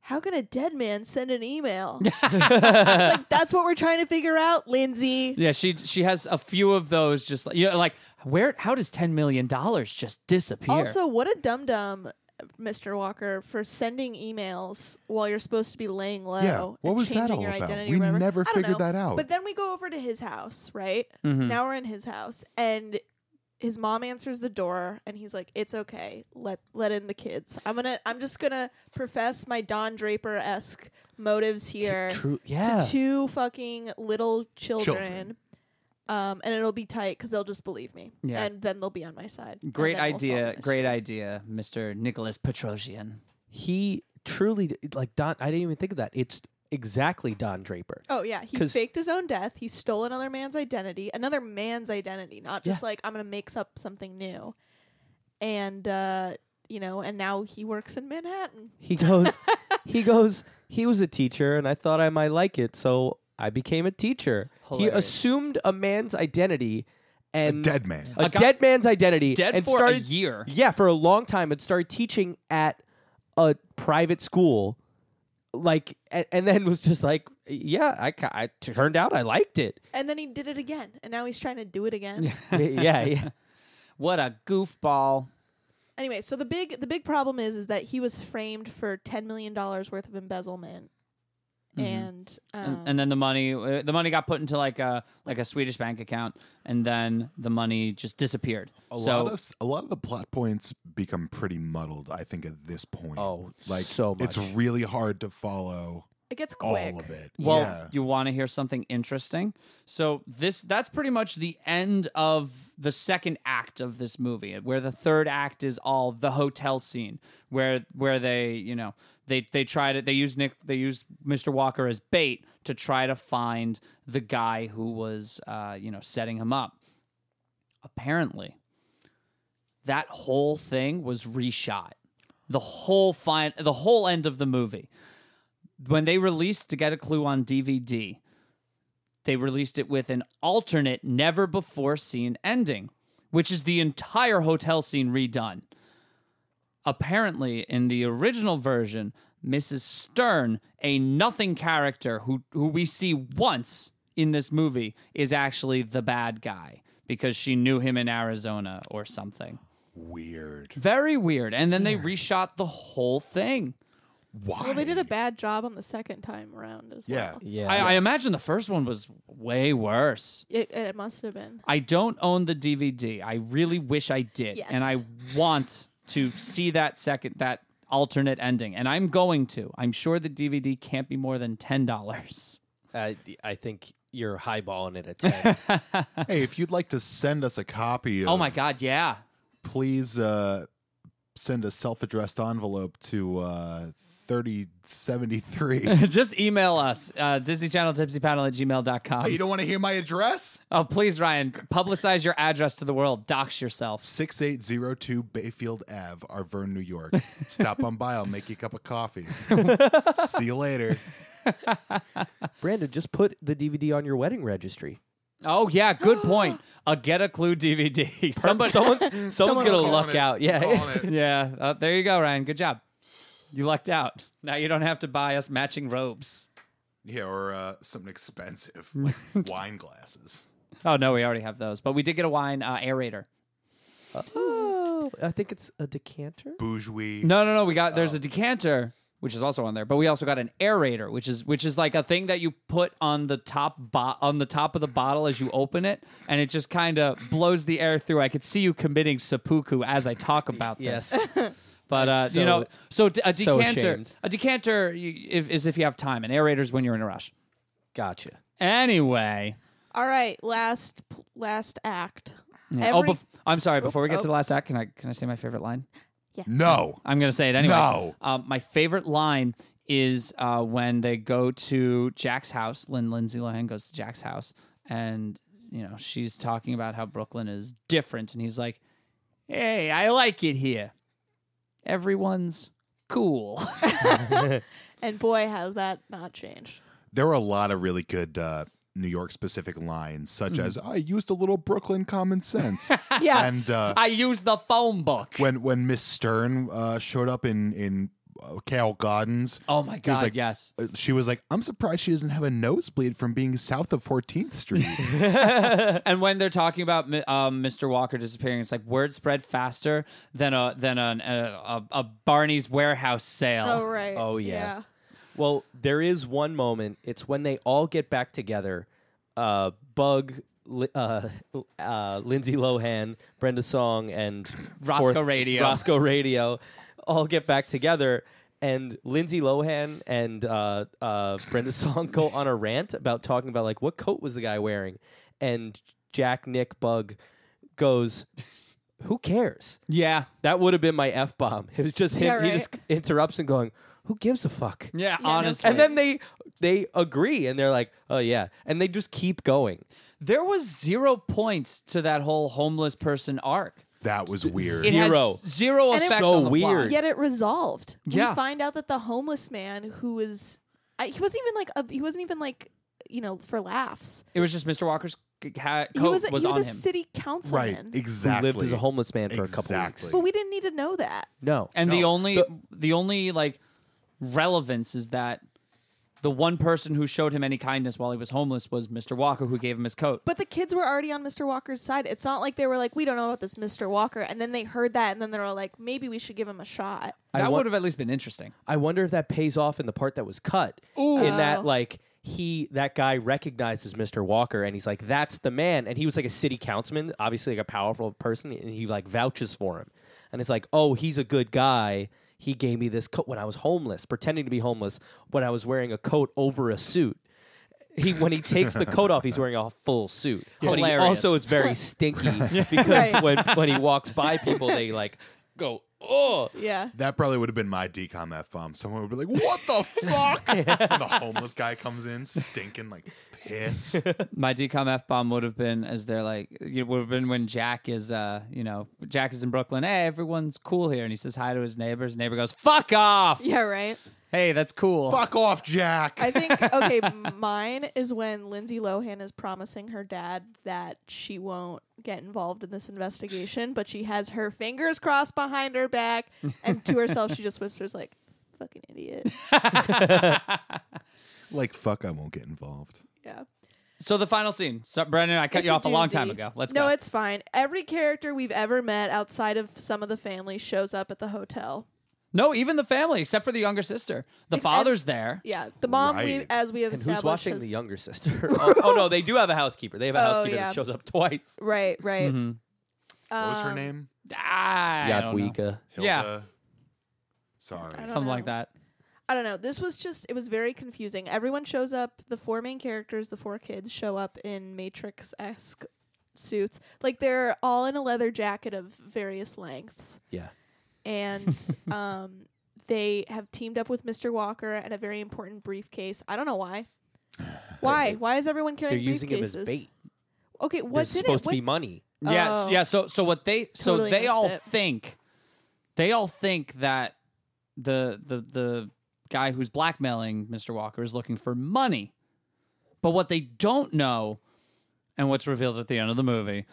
how can a dead man send an email? I was like, that's what we're trying to figure out, Lindsay. Yeah, she she has a few of those. Just like you know, like where? How does ten million dollars just disappear? Also, what a dum dum, Mr. Walker, for sending emails while you're supposed to be laying low. Yeah, and what was that changing all your about? Identity We or whatever. never I don't figured know. that out. Mm-hmm. But then we go over to his house, right? Now we're in his house, and his mom answers the door, and he's like, "It's okay, let let in the kids. I'm gonna, I'm just gonna profess my Don Draper esque [laughs] motives here." True. Yeah. to two fucking little children. Children. Um, and it'll be tight because they'll just believe me. Yeah. And then they'll be on my side. And Great then we'll solve the idea. mystery. Great idea, Mr. Nicholas Petrosian. He truly d- like Don. I didn't even think of that. It's exactly Don Draper. Oh, yeah. He 'Cause- faked his own death. He stole another man's identity, another man's identity, not just Yeah. like, I'm going to make up something new. And, uh, you know, and now he works in Manhattan. [laughs] He goes, he goes. He was a teacher, and I thought I might like it, so I became a teacher. He Hilarious. assumed a man's identity A and dead man. a, A guy- dead man's identity Dead and for started a year. Yeah, for a long time, and started teaching at a private school. Like, and, and then was just like, yeah, I, ca- I turned out I liked it. And then he did it again. And now he's trying to do it again. [laughs] yeah, yeah. [laughs] What a goofball. Anyway, so the big the big problem is is that he was framed for ten million dollars worth of embezzlement, and, Oh. um, Mm-hmm. and, and then the money uh, the money got put into like a like a Swedish bank account and then the money just disappeared. A so lot of s- a lot of the plot points become pretty muddled. I think at this point, Oh, like so it's much. really hard to follow it gets all quick. of it. well, yeah. you want to hear something interesting? So this that's pretty much the end of the second act of this movie, where the third act is all the hotel scene, where where they you know they they try to they use Nick they use Mr. Walker as bait to try to find the guy who was uh, you know setting him up. Apparently, that whole thing was reshot. The whole fine, the whole end of the movie when they released to get a clue on DVD, they released it with an alternate, never before seen ending, which is the entire hotel scene redone. Apparently, in the original version, Mrs. Stern, a nothing character who, who we see once in this movie, is actually the bad guy because she knew him in Arizona or something. Weird. Very weird. And then they reshot the whole thing. Why? Well, they did a bad job on the second time around as Yeah. well. Yeah. I, I imagine the first one was way worse. It, it must have been. I don't own the DVD. I really wish I did, Yet. and I want to see that second that alternate ending, and I'm going to. I'm sure the DVD can't be more than ten dollars. I, I think you're highballing it at 10. [laughs] hey, if you'd like to send us a copy, of, Oh my god, yeah. [laughs] Please uh, send a self-addressed envelope to uh, thirty [laughs] seventy-three. Just email us uh, Disney Channel Tipsy Paddle at oh, you gmail.com. don't want to hear my address? Oh, please, Ryan, publicize your address to the world. Dox yourself. Six eight zero two Bayfield Ave, Arverne, New York. Stop on by. I'll make you a cup of [laughs] coffee. See you later. Brandon, just put the DVD on your wedding registry. Oh yeah, good point. A get a clue DVD. [laughs] Somebody, someone's someone's gonna luck out. Yeah. Calling it. yeah. Uh, there you go, Ryan. Good job. You lucked out. Now you don't have to buy us matching robes. [laughs] Yeah, or uh, something [laughs] expensive, like wine glasses. Oh no, we already have those, but we did get a wine uh, aerator. [laughs] Oh, I think it's a decanter. Bourgeois. No, no, no, we got there's a decanter which is also on there, but we also got an aerator, which is which is like a thing that you put on the top bo- on the top of the bottle as you open it, and it just kind of blows the air through. I could see you committing seppuku as I talk about this. Yes. But uh, so- you know, so d- a so decanter, ashamed. a decanter you, if, is if you have time, and aerators when you're in a rush. [laughs] gotcha. Anyway, All right, last pl- last act. oh, Every- bef- I'm sorry. Before we get oh. to the last act, can I can I say my favorite line? No. I'm gonna say it anyway. No. Um, my favorite line is uh, when they go to Jack's house. Lynn Lindsay Lohan goes to Jack's house, and you know she's talking about how Brooklyn is different, and he's like, "Hey, I like it here. Everyone's cool." [laughs] and boy, has that not [laughs] changed. There were a lot of really good uh, New York specific lines, such Mm-hmm. as I used a little Brooklyn common [laughs] sense. Yeah. and uh, I use the phone book. when when Miss Stern uh, showed up in in uh, Carol Gardens. Oh my was god, like- yes. Uh, She was like, I'm surprised she doesn't have a nosebleed from being south of 14th [laughs] Street. [laughs] And when they're talking about mi- um, Mr. Walker disappearing, it's like word spread faster than a than an, a, a a Barney's warehouse sale. Oh right. Oh, yeah. Well, there is one moment. It's when they all get back together. Uh, Bug, Li- uh, uh, Lindsay Lohan, Brenda Song, and Roscoe Radio. Roscoe Radio, all get back together. And Lindsay Lohan and uh, uh, Brenda Song [laughs] go on a rant about talking about like what coat was the guy wearing, and Jack Nick Bug goes, "Who cares?" Yeah, That would have been my f bomb. It was just him. Yeah, He right. just interrupts and going, "Who gives a fuck?" yeah. no honestly, And then they they agree and they're like, oh yeah, and they just keep going. there was zero points to that whole homeless person arc. that was weird. It Zero. has zero And it- effect So on the plot. weird. Yet it resolved. Yeah. We find out that the homeless man who was I, he wasn't even like a, he wasn't even like you know for laughs. It was just Mr. Walker's c- ha- he coat was was, a, he was on a him. city right. councilman. Who Exactly. lived as a homeless man for a couple Exactly. weeks. But we didn't need to know that. No, and the No. only the, only like relevance is that the one person who showed him any kindness while he was homeless was Mr. Walker, who gave him his coat. But the kids were already on Mr. Walker's side. It's not like they were like, we don't know about this Mr. Walker, and then they heard that, and then they were like, maybe we should give him a shot. I that wa- would have at least been interesting. I wonder if that pays off in the part that was cut. In Oh. that like he that guy recognizes Mr. Walker and he's like, that's the man. And he was like a city councilman, obviously like a powerful person, and he like vouches for him. And it's like, oh, he's a good guy. He gave me this coat when I was homeless, pretending to be homeless, when I was wearing a coat over a suit. He when he takes the coat off, he's wearing a full suit. But he Hilarious. also is very stinky because Right. when when he walks by people, they like go, oh, Yeah. That probably would have been my decom F bomb. Someone would be like, "What the [laughs] fuck?" and the homeless guy comes in, stinking like piss. [laughs] My decom f bomb would have been as they're like it would have been when Jack is uh you know Jack is in Brooklyn. Hey, everyone's cool here, and he says hi to his neighbors. His neighbor goes, "Fuck off." Yeah, right. Hey, that's cool. Fuck off, Jack. I think [laughs] okay, mine is when Lindsay Lohan is promising her dad that she won't get involved in this investigation, but she has her fingers crossed behind her back and to herself she just whispers like fucking idiot. like, fuck, I won't get involved. Yeah. So the final scene. So, Brendan, I cut It's you off a, long doozy. time ago. Let's no, go. it's fine. Every character we've ever met outside of some of the family shows up at the hotel. no, even the family, except for the younger sister. The father's there. Yeah. The mom we Right. as we have And established who's watching has- the younger sister? [laughs] oh, oh, no, they do have a housekeeper. They have a Oh, housekeeper yeah. that shows up twice. Right, right. What was her Um, name? Ah, I don't know. Yadwika. Hilda. yeah. Sorry. I don't Something like know. that. I don't know. This was just it was very confusing. Everyone shows up, the four main characters, the four kids show up in Matrix esque suits. Like they're all in a leather jacket of various lengths. Yeah. And um they have teamed up with Mr. Walker and a very important briefcase. I don't know why. Why? Why is everyone [laughs] They're carrying using him as briefcases? bait. Okay, what There's did supposed it? to What, be money. Yes, Oh. yeah. So so what they so Totally they missed all it. think they all think that the the the guy who's blackmailing Mr. Walker is looking for money. But what they don't know and what's revealed at the end of the movie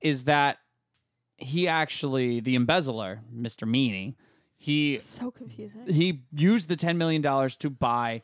is that he actually the embezzler, Mr. Meany, he so [laughs] confusing. he used the ten million dollars to buy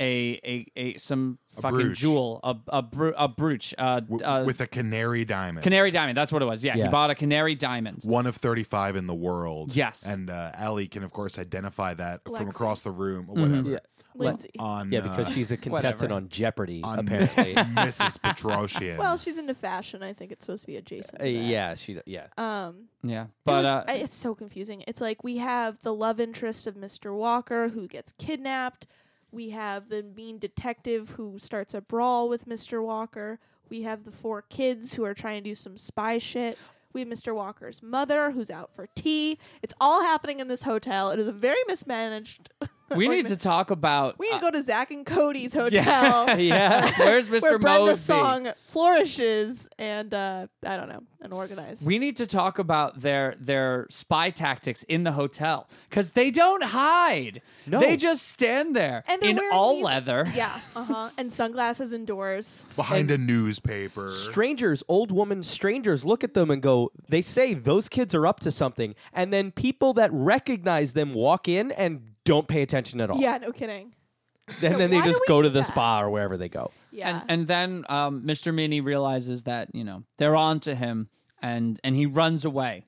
a a, a some fucking brooch. jewel, a a, bru- a brooch, uh, W- uh, with a canary diamond. canary diamond. That's what it was. Yeah, he Yeah. bought a canary diamond. one of 35 in the world. Yes. And uh, Allie can, of course, identify that Lexi. from across the room or whatever. Yeah. Lindsay. On, Yeah, because uh, she's a contestant Whatever. on Jeopardy, on [laughs] Miss- [laughs] apparently. Mrs. Petrosian. Well, she's into fashion. I think it's supposed to be adjacent. Uh, to that. yeah, she. Yeah, Um Yeah, It but was- uh, I- it's so confusing. It's like we have the love interest of Mr. Walker who gets kidnapped. We have the mean detective who starts a brawl with Mr. Walker. We have the four kids who are trying to do some spy shit. We have Mr. Walker's mother who's out for tea. It's all happening in this hotel. It is a very mismanaged. we need to talk about We need uh, to go to Zach and [laughs] Cody's hotel. [laughs] yeah. where's Where Mr. Brenda Mosby. Song flourishes and uh, I don't know, and organized. We need to talk about their their spy tactics in the hotel because they don't hide. No. They just stand there And they're in wearing all these- leather. [laughs] yeah, uh huh, and sunglasses indoors. Behind a newspaper. Strangers, old woman strangers, look at them and go. They say those kids are up to something, and then people that recognize them walk in and don't pay attention at [laughs] all. Yeah, no kidding. And then they why do just we go to do the that? spa or wherever they go. Yeah. And and then um, Mr. Meany realizes that you know they're on to him, and and he runs away,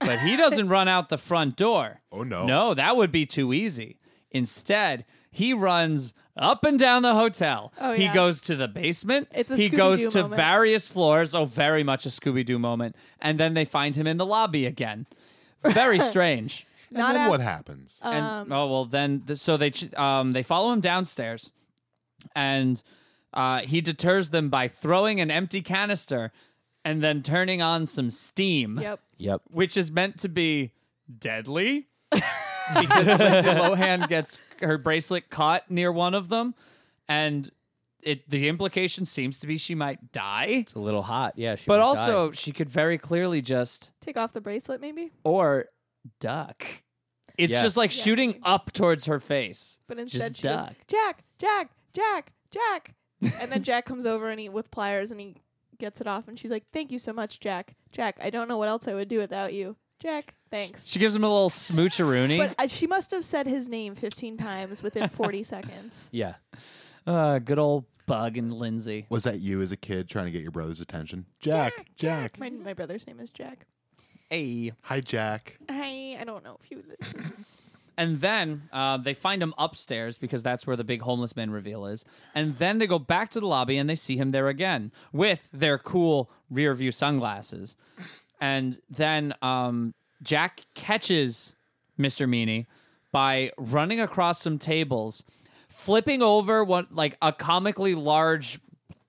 but he doesn't run out the front door. Oh, no. No, that would be too easy. Instead, he runs up and down the hotel. Oh, He yeah. goes to the basement. It's a he goes Scooby-Doo to moment. various floors. Oh, very much a Scooby Doo moment. And then they find him in the lobby again. [laughs] Very strange. Not and then af- what happens? And oh well, then th- so they ch- um they follow him downstairs, and uh, he deters them by throwing an empty canister, and then turning on some steam, yep. Yep. which is meant to be deadly, [laughs] because Lindsay Lohan gets her bracelet caught near one of them, and it the implication seems to be she might die, It's a little hot. Yeah. She but might die. also she could very clearly just Take off the bracelet, maybe. or duck. It's Yeah. just like Yeah. shooting up towards her face. But instead, Just she goes, duck. Jack, Jack, Jack, Jack, and then Jack comes over and he with pliers and he gets it off, and she's like, "Thank you so much, Jack. Jack, I don't know what else I would do without you, Jack. Thanks." She gives him a little smoocheroonie. But uh, she must have said his name 15 times within [laughs] 40 seconds. Yeah. uh, good old Bug and Lindsay. Was that you as a kid trying to get your brother's attention? Jack, Jack. My, my brother's name is Jack. Hey. Hi, Jack. I I don't know if you listens. And then uh, they find him upstairs because that's where the big homeless man reveal is. And then they go back to the lobby and they see him there again with their cool rear view sunglasses. And then um, Jack catches Mr. Meany by running across some tables, flipping over one like a comically large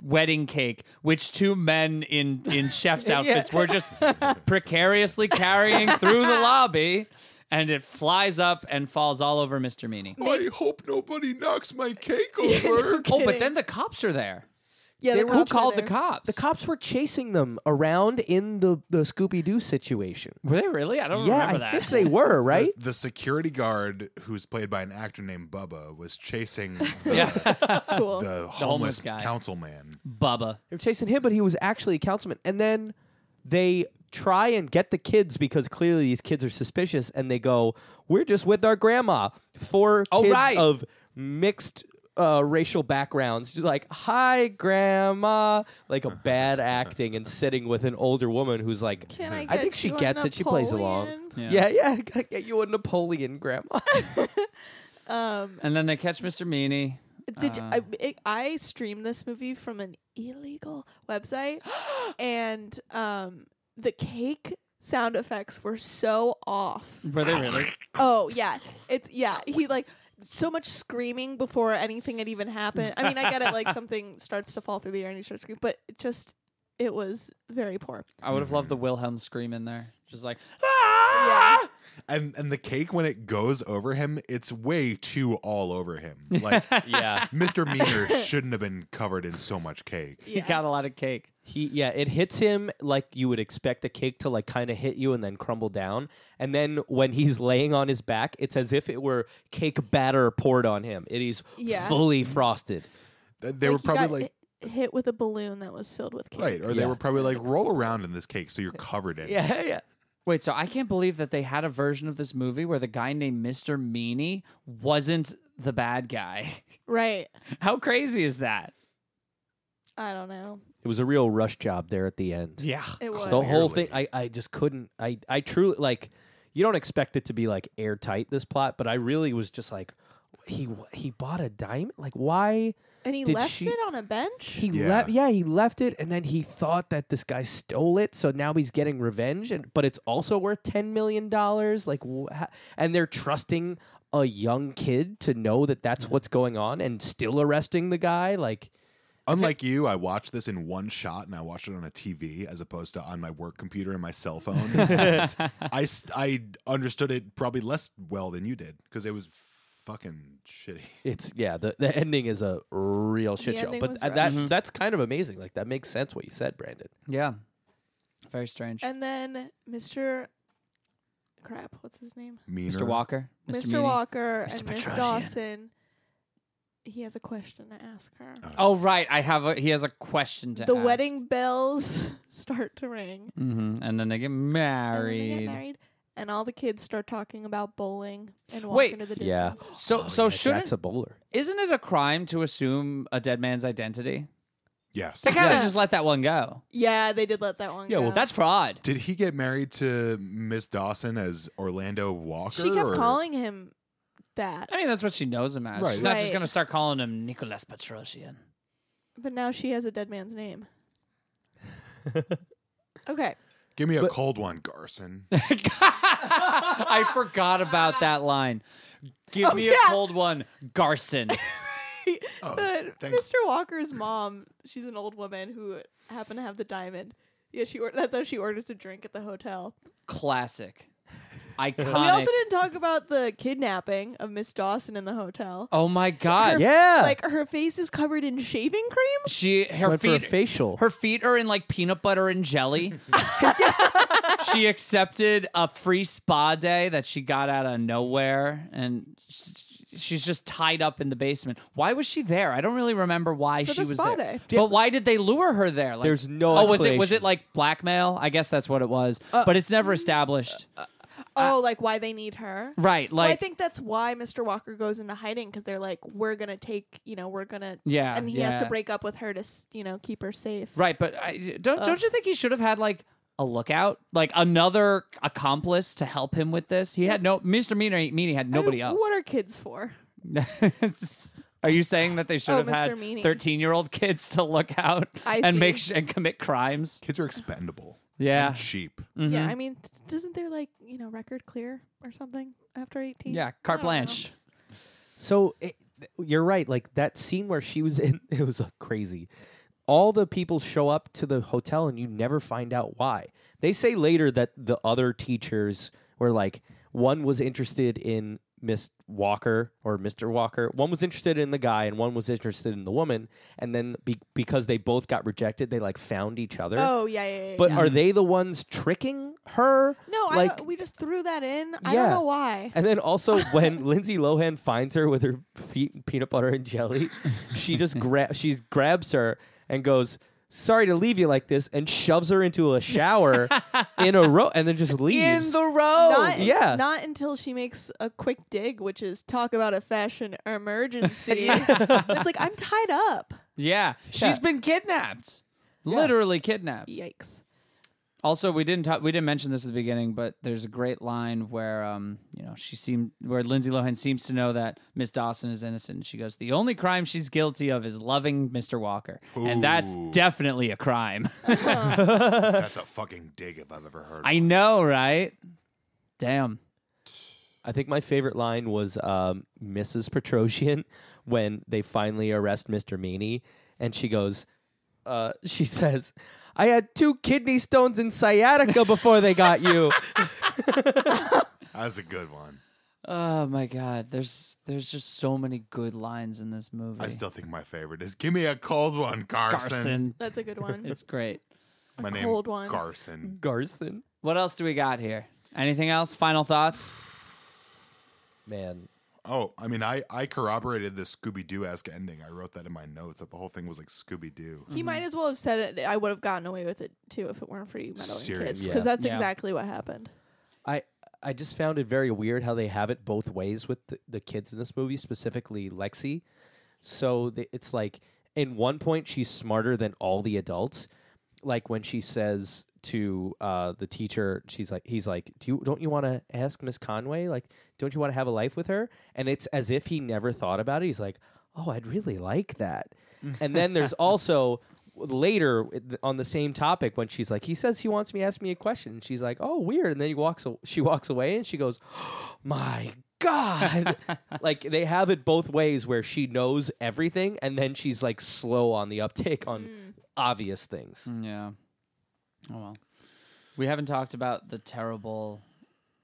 wedding cake, which two men in [laughs] in chef's outfits were just precariously carrying through the lobby, and it flies up and falls all over Mr. Meany. I hope nobody knocks my cake over. [laughs] Oh, but then the cops are there. yeah, the Who cops are called the there. cops? The cops were chasing them around in the, the Scooby Doo situation. were they really? I don't Yeah, remember I that. think they [laughs] were, right? The security guard, who's played by an actor named Bubba, was chasing the, yeah, Cool. the homeless homeless, guy. councilman. [laughs] Bubba. They were chasing him, but he was actually a councilman. And then they try and get the kids because clearly these kids are suspicious, and they go, "We're just with our grandma." Four Oh, kids right. of mixed uh, racial backgrounds, She's like "Hi, grandma," like a [laughs] bad acting, and sitting with an older woman who's like, Can I? Get I think she you a gets it. She plays along. Napoleon? Yeah, [laughs] yeah, gotta get you a Napoleon, grandma. Um, And then they catch Mr. Meany. Did you, Uh. I, it, I streamed this movie from an illegal [gasps] website, and um, the cake sound effects were so off. Were Ah, they really? Oh yeah, it's yeah. He like so much screaming before anything had even happened. I mean, I get it. [laughs] Like something starts to fall through the air and you start screaming, but it just it was very [laughs] poor. I would have loved Mm-hmm. the Wilhelm scream in there. Just like, "Ah!" Yeah, And and the cake when it goes over him, it's way too all over him. Like yeah, Mr. Meaner shouldn't have been covered in so much cake. he got a lot of cake. He yeah, it hits him like you would expect a cake to like kind of hit you and then crumble down. And then when he's laying on his back, it's as if it were cake batter poured on him. It is Yeah. fully frosted. They they Like, were he got probably like hi- hit with a balloon that was filled with cake. right, or they Yeah. were probably like roll around in this cake so you're covered in. it." Yeah, yeah. Wait, so I can't believe that they had a version of this movie where the guy named Mr. Meany wasn't the bad guy. [laughs] Right. How crazy is that? I don't know. It was a real rush job there at the end. Yeah. It was The whole Clearly. thing I I just couldn't I I truly like you don't expect it to be like airtight this plot, but I really was just like he he bought a diamond? Like why and he Did left she- it on a bench. He Yeah. left. Yeah, he left it, and then he thought that this guy stole it, so now he's getting revenge. And but it's also worth ten million dollars. Like, wha- and they're trusting a young kid to know that that's what's going on, and still arresting the guy. Like, Unlike you, I watched this in one shot and I watched it on a TV as opposed to on my work computer and my cell phone. And I, s- I understood it probably less well than you did because it was fucking shitty. it's yeah. The, the ending is a real shit show. ending But was th- rough. that that's kind of amazing. Like that makes sense what you said, Brandon. Yeah. Very strange. And then Mr. Crap, what's his name? Meaner. Mr. Walker. Mr. Meany. Walker Mr. and Miss Petrosian. Dawson. He has a question to ask her. Oh right, I have a he has a question to the ask. wedding bells [laughs] start to ring. hmm And then they get and then married. they get married. and all the kids start talking about bowling and walk Wait. into the Yeah. distance. So Oh, so yeah, shouldn't Jack's a bowler. isn't it a crime to assume a dead man's identity? Yes. [laughs] They kind of Yeah. just let that one go. Yeah, they did let that one Yeah, go. well, That's fraud. Did he get married to Miss Dawson as Orlando Walker? she kept or- calling him that, I mean, that's what she knows him as. Right. She's not just Right. gonna start calling him Nicholas Petrosian. but now she has a dead man's name. okay. Give me a cold one, [laughs] Garson. I forgot about that line. Give Oh, me yeah. a cold one, Garson. [laughs] The- thanks. Mr. Walker's mom, she's an old woman who happened to have the diamond. Yeah, she or- that's how she orders a drink at the hotel. Classic. We Iconic. also didn't talk about the kidnapping of Miss Dawson in the hotel. oh my god. Yeah. Like her face is covered in shaving cream. She her Went feet for a facial. her feet are in like peanut butter [laughs] and jelly. she accepted a free spa day that she got out of nowhere and sh- she's just tied up in the basement. Why was she there? I don't really remember why For she the was spa there. day. But why did they lure her there? Like, There's no Oh, was it was explanation. it like blackmail? I guess that's what it was. Uh, but it's never established. Oh, like why they need her? right, Well, like I think that's why Mr. Walker goes into hiding because they're like, we're gonna take, you know, we're gonna, Yeah, and he has to yeah. break up with her to, s- you know, keep her safe. Right, but I, don't Uh. don't you think he should have had like a lookout, like another accomplice to help him with this? He had no Mr. Meany. Meany had I mean, nobody else. What are kids for? [laughs] are you saying that they should Oh, have Mr. had Meany. thirteen-year-old kids to look out I and see. make sh- and commit crimes? Kids are expendable. Yeah. And [laughs] cheap. Mm-hmm. Yeah, I mean, th- doesn't their like, you know, record clear or something after eighteen? Yeah, I carte don't know. blanche. So it, th- you're right. Like that scene where she was [laughs] in, it was uh, crazy. All the people show up to the hotel, and you never find out why. They say later that the other teachers were like, one was interested in Miss Walker or Mr. Walker, one was interested in the guy, and one was interested in the woman. And then be- because they both got rejected, they like found each other. Oh yeah, yeah. yeah but yeah. are they the ones tricking her? no, I like don't, we just threw that in. I Yeah. don't know why. and then [laughs] also when Lindsay Lohan finds her with her feet in peanut butter and jelly, she [laughs] just gra- she grabs her and goes, "Sorry to leave you like this," and shoves her into a [laughs] shower in a row, and then just leaves. In the road. not, yeah. Not until she makes a quick dig, which is talk about a [laughs] fashion emergency. it's like I'm tied up. yeah, she's Yeah. been kidnapped. Literally kidnapped. Yikes. Also, we didn't talk, we didn't mention this at the beginning, but there's a great line where um you know she seemed where Lindsay Lohan seems to know that Miss Dawson is innocent, and she goes, "The only crime she's guilty of is loving Mr. Walker, and that's Ooh. definitely a crime." [laughs] That's a fucking dig if I've ever heard. I know, right? Damn. I think my favorite line was um, Mrs. Petrosian [laughs] when they finally arrest Mr. Meany, and she goes, uh, she [laughs] says, "I had two kidney stones in sciatica before they got [laughs] you." That's a good one. Oh my god, there's there's just so many good lines in this movie. I still think my favorite is "Give me a cold one, Garson." [laughs] Garson, That's a good one. it's great. My name cold one. Garson. Garson, What else do we got here? Anything else? Final thoughts? man, Oh, I mean, I I corroborated the Scooby Doo esque ending. I wrote that in my notes that the whole thing was like Scooby Doo. Mm-hmm. He might as well have said it. I would have gotten away with it too if it weren't for you meddling kids, Seriously. because Yeah. that's Yeah. exactly what happened. I I just found it very weird how they have it both ways with the, the kids in this movie, specifically Lexi. So they, it's like in one point she's smarter than all the adults. Like when she says to uh, the teacher, she's like, he's like, do you don't you want to ask Miss Conway? Like, don't you want to have a life with her? And it's as if he never thought about it. He's like, oh, I'd really like that. and then there's also later with- on the same topic when she's like, he says he wants me to ask me a question. And she's like, oh, weird. And then he walks, a- she walks away and she goes, [gasps] my God. [laughs] like they have it both ways where she knows everything and then she's like slow on the uptake on obvious things. Mm, Yeah. Oh well. We haven't talked about the terrible.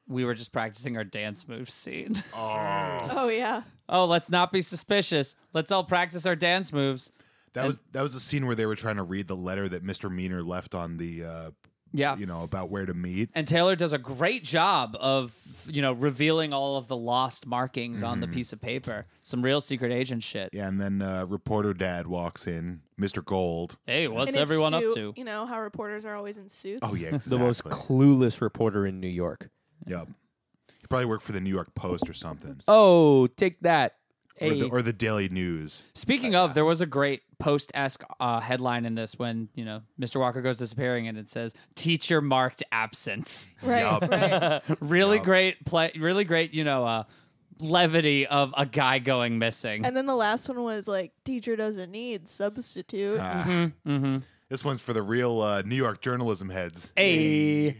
We were just practicing our dance move scene. [laughs] Oh, Oh yeah. oh, let's not be suspicious. Let's all practice our dance moves. that was that was the scene where they were trying to read the letter that Mister Meaner left on the, uh, Yeah. you know, about where to meet. And Taylor does a great job of, you know, revealing all of the lost markings on the piece of paper. Some real secret agent shit. Mm-hmm. Yeah, and then uh, reporter dad walks in, Mr. Gold. Hey, what's In his everyone suit, up to? [laughs] You know how reporters are always in suits. Oh yeah, The most exactly. clueless reporter in New York. Yep. He probably worked for the New York Post or something. Oh, take that. Or, the, Hey. or the Daily News. Speaking uh, of, there was a great post esque uh, headline in this when you know Mr. Walker goes disappearing, and it says "teacher marked [laughs] absence." Right, right. really great play. Really great, you know, uh, levity of a guy going missing. And then the last one was like, teacher doesn't need substitute. Uh, Ah. This one's for the real uh, New York journalism heads. Hey.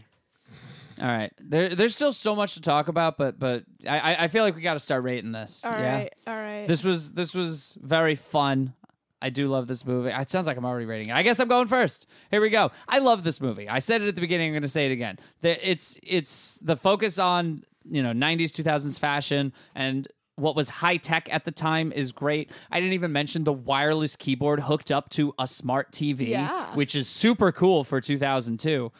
All right, there, there's still so much to talk about, but but I, I- I feel like we got to start rating this. All right, yeah, all right. this was this was very fun. I do love this movie. It sounds like I'm already rating it. I guess I'm going first. Here we go. I love this movie. I said it at the beginning. I'm going to say it again. The, it's it's the focus on you know 90s 2000s fashion and what was high tech at the time is great. I didn't even mention the wireless keyboard hooked up to a smart TV, Yeah. which is super cool for 2002.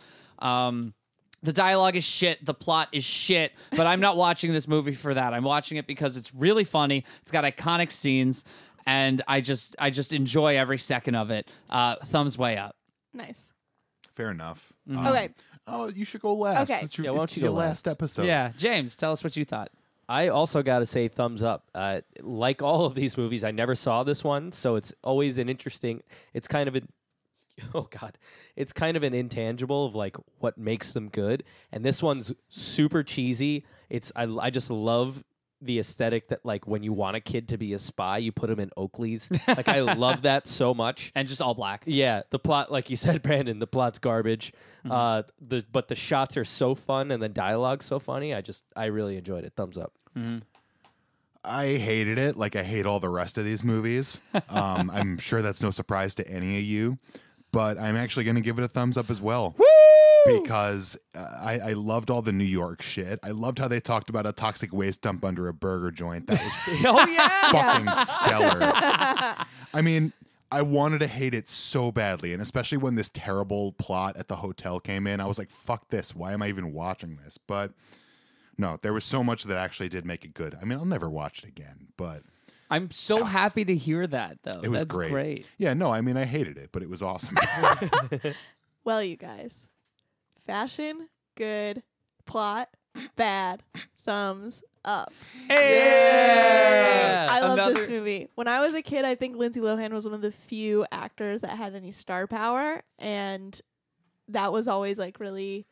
Um, the dialogue is shit. The plot is shit. But I'm [laughs] not watching this movie for that. I'm watching it because it's really funny. It's got iconic scenes, and I just I just enjoy every second of it. Uh, thumbs way up. nice. Fair enough. Um. [laughs] okay. Oh, you should go last. Okay. It's your, Mm-hmm. Yeah, why don't it's you go your last? last episode. Yeah, James, tell us what you thought. I also got to say thumbs up. Uh, like all of these movies, I never saw this one, so it's always an interesting. It's kind of an [laughs] oh god, it's kind of an intangible of like what makes them good. And this one's super cheesy. It's I I just love the aesthetic that like when you want a kid to be a spy, you put him in Oakley's. like I love that so much. And just all black. Yeah, the plot, like you [laughs] said, Brandon, the plot's garbage. Uh, the but the shots are so fun and the dialogue's so funny. I just I really enjoyed it. Thumbs up. I hated it. Like I hate all the rest of these movies. Um, I'm sure that's no surprise to any of you, but I'm actually going to give it a thumbs up as well. Because uh, I, I loved all the New York shit. I loved how they talked about a toxic waste dump under a burger joint. That was oh yeah. fucking stellar. I mean, I wanted to hate it so badly, and especially when this terrible plot at the hotel came in, I was like, "Fuck this! Why am I even watching this?" But no, there was so much that actually did make it good. I mean, I'll never watch it again, but I'm so happy to hear that though. it was That's great. Yeah, no, I mean, I hated it, but it was awesome. Well, you guys, fashion, good, plot, bad, thumbs up. I love this movie. When I was a kid, I think Lindsay Lohan was one of the few actors that had any star power, and that was always like really,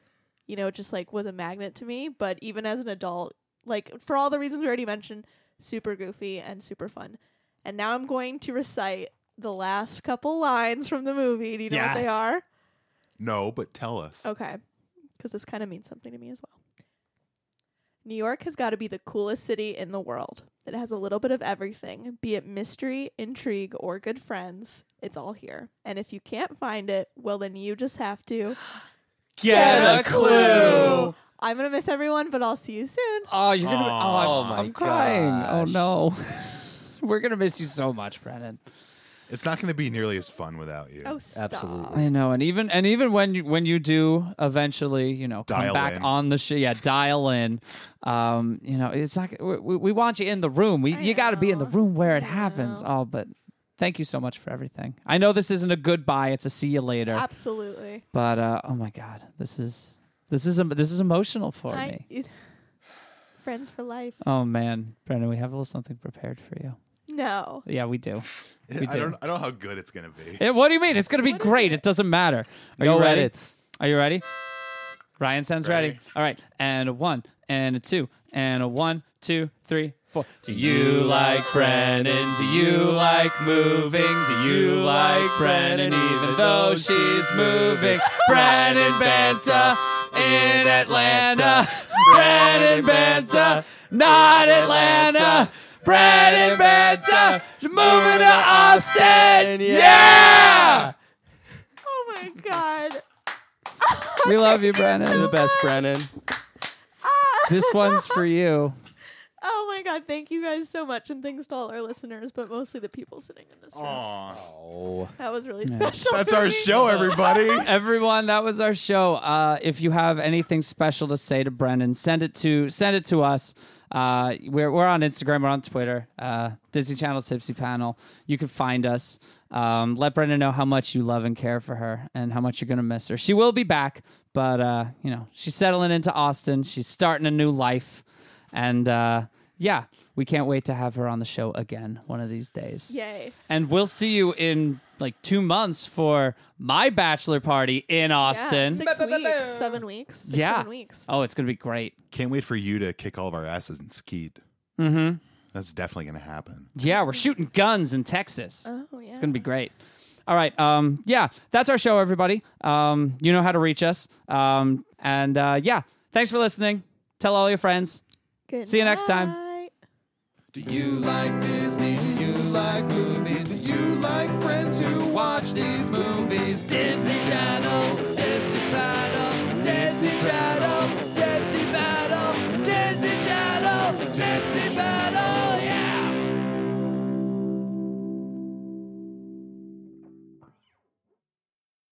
you know, just like was a magnet to me. But even as an adult, like for all the reasons we already mentioned, super goofy and super fun. And now I'm going to recite the last couple lines from the movie. Do you know what Yes. they are? no, but tell us. Okay. Because this kind of means something to me as well. New York has got to be the coolest city in the world. It has a little bit of everything, be it mystery, intrigue, or good friends. It's all here. And if you can't find it, well, then you just have to. Get a clue. I'm going to miss everyone, but I'll see you soon. Oh, you're gonna. Oh, I'm, Oh my I'm crying. Oh gosh. no. [laughs] We're gonna miss you so much, Brennan. It's not going to be nearly as fun without you. Oh, stop. Absolutely. I know, and even and even when you when you do eventually, you know, come Dial back in. on the show, yeah, dial in. Um, you know, it's not. We, we we want you in the room. We you got to be in the know. room where it I happens. know. Oh, but thank you so much for everything. I know this isn't a goodbye; it's a see you later. Absolutely. but uh, oh my god, this is this is em- this is emotional for I, me. it- [sighs] friends for life. Oh man, Brendan, we have a little something prepared for you. [laughs] No. Yeah, we do. I we do. don't, I don't know how good it's going to be. Eh, what do you mean? It's gonna be What is great. it? It doesn't matter. Are no you ready? edits. Are you ready? Ryan sounds ready. Ready. All right. And a one, and a two, and a one, two, three, four. Do you like Brennan? Do you like moving? Do you like Brennan even though she's moving? Brennan Banta in Atlanta. Brennan Banta, not Atlanta. Brennan Banta, moving to Austin. Yeah! Oh, my God. We love you, Brennan. You're the best, Brennan. [laughs] this one's for you. Oh, my God. Thank you guys so much. And thanks to all our listeners, but mostly the people sitting in this room. Aw. Oh, That was really special. [laughs] That's for our me. show, everybody. Everyone, that was our show. Uh, if you have anything special to say to Brennan, send it to send it to us. Uh, we're, we're on Instagram, we're on Twitter, uh, Disney Channel Tipsy Panel. You can find us. Um, let Brenda know how much you love and care for her and how much you're going to miss her. She will be back, but, uh, you know, she's settling into Austin. She's starting a new life. And uh, yeah, we can't wait to have her on the show again one of these days. Yay. And we'll see you in like two months for my bachelor party in Austin. Yeah, six weeks, seven weeks, six, Yeah. seven weeks. Oh, it's going to be great. Can't wait for you to kick all of our asses and skeet. Mm-hmm. That's definitely going to happen. Yeah, we're shooting guns in Texas. Mm-hmm. Oh yeah. It's going to be great. All right. Um, yeah, that's our show, everybody. Um, you know how to reach us. Um, and uh, yeah, thanks for listening. Tell all your friends. Good See you next time. night. Do you like Disney? Do you like movies? Do you like friends who watch these movies? Disney Channel.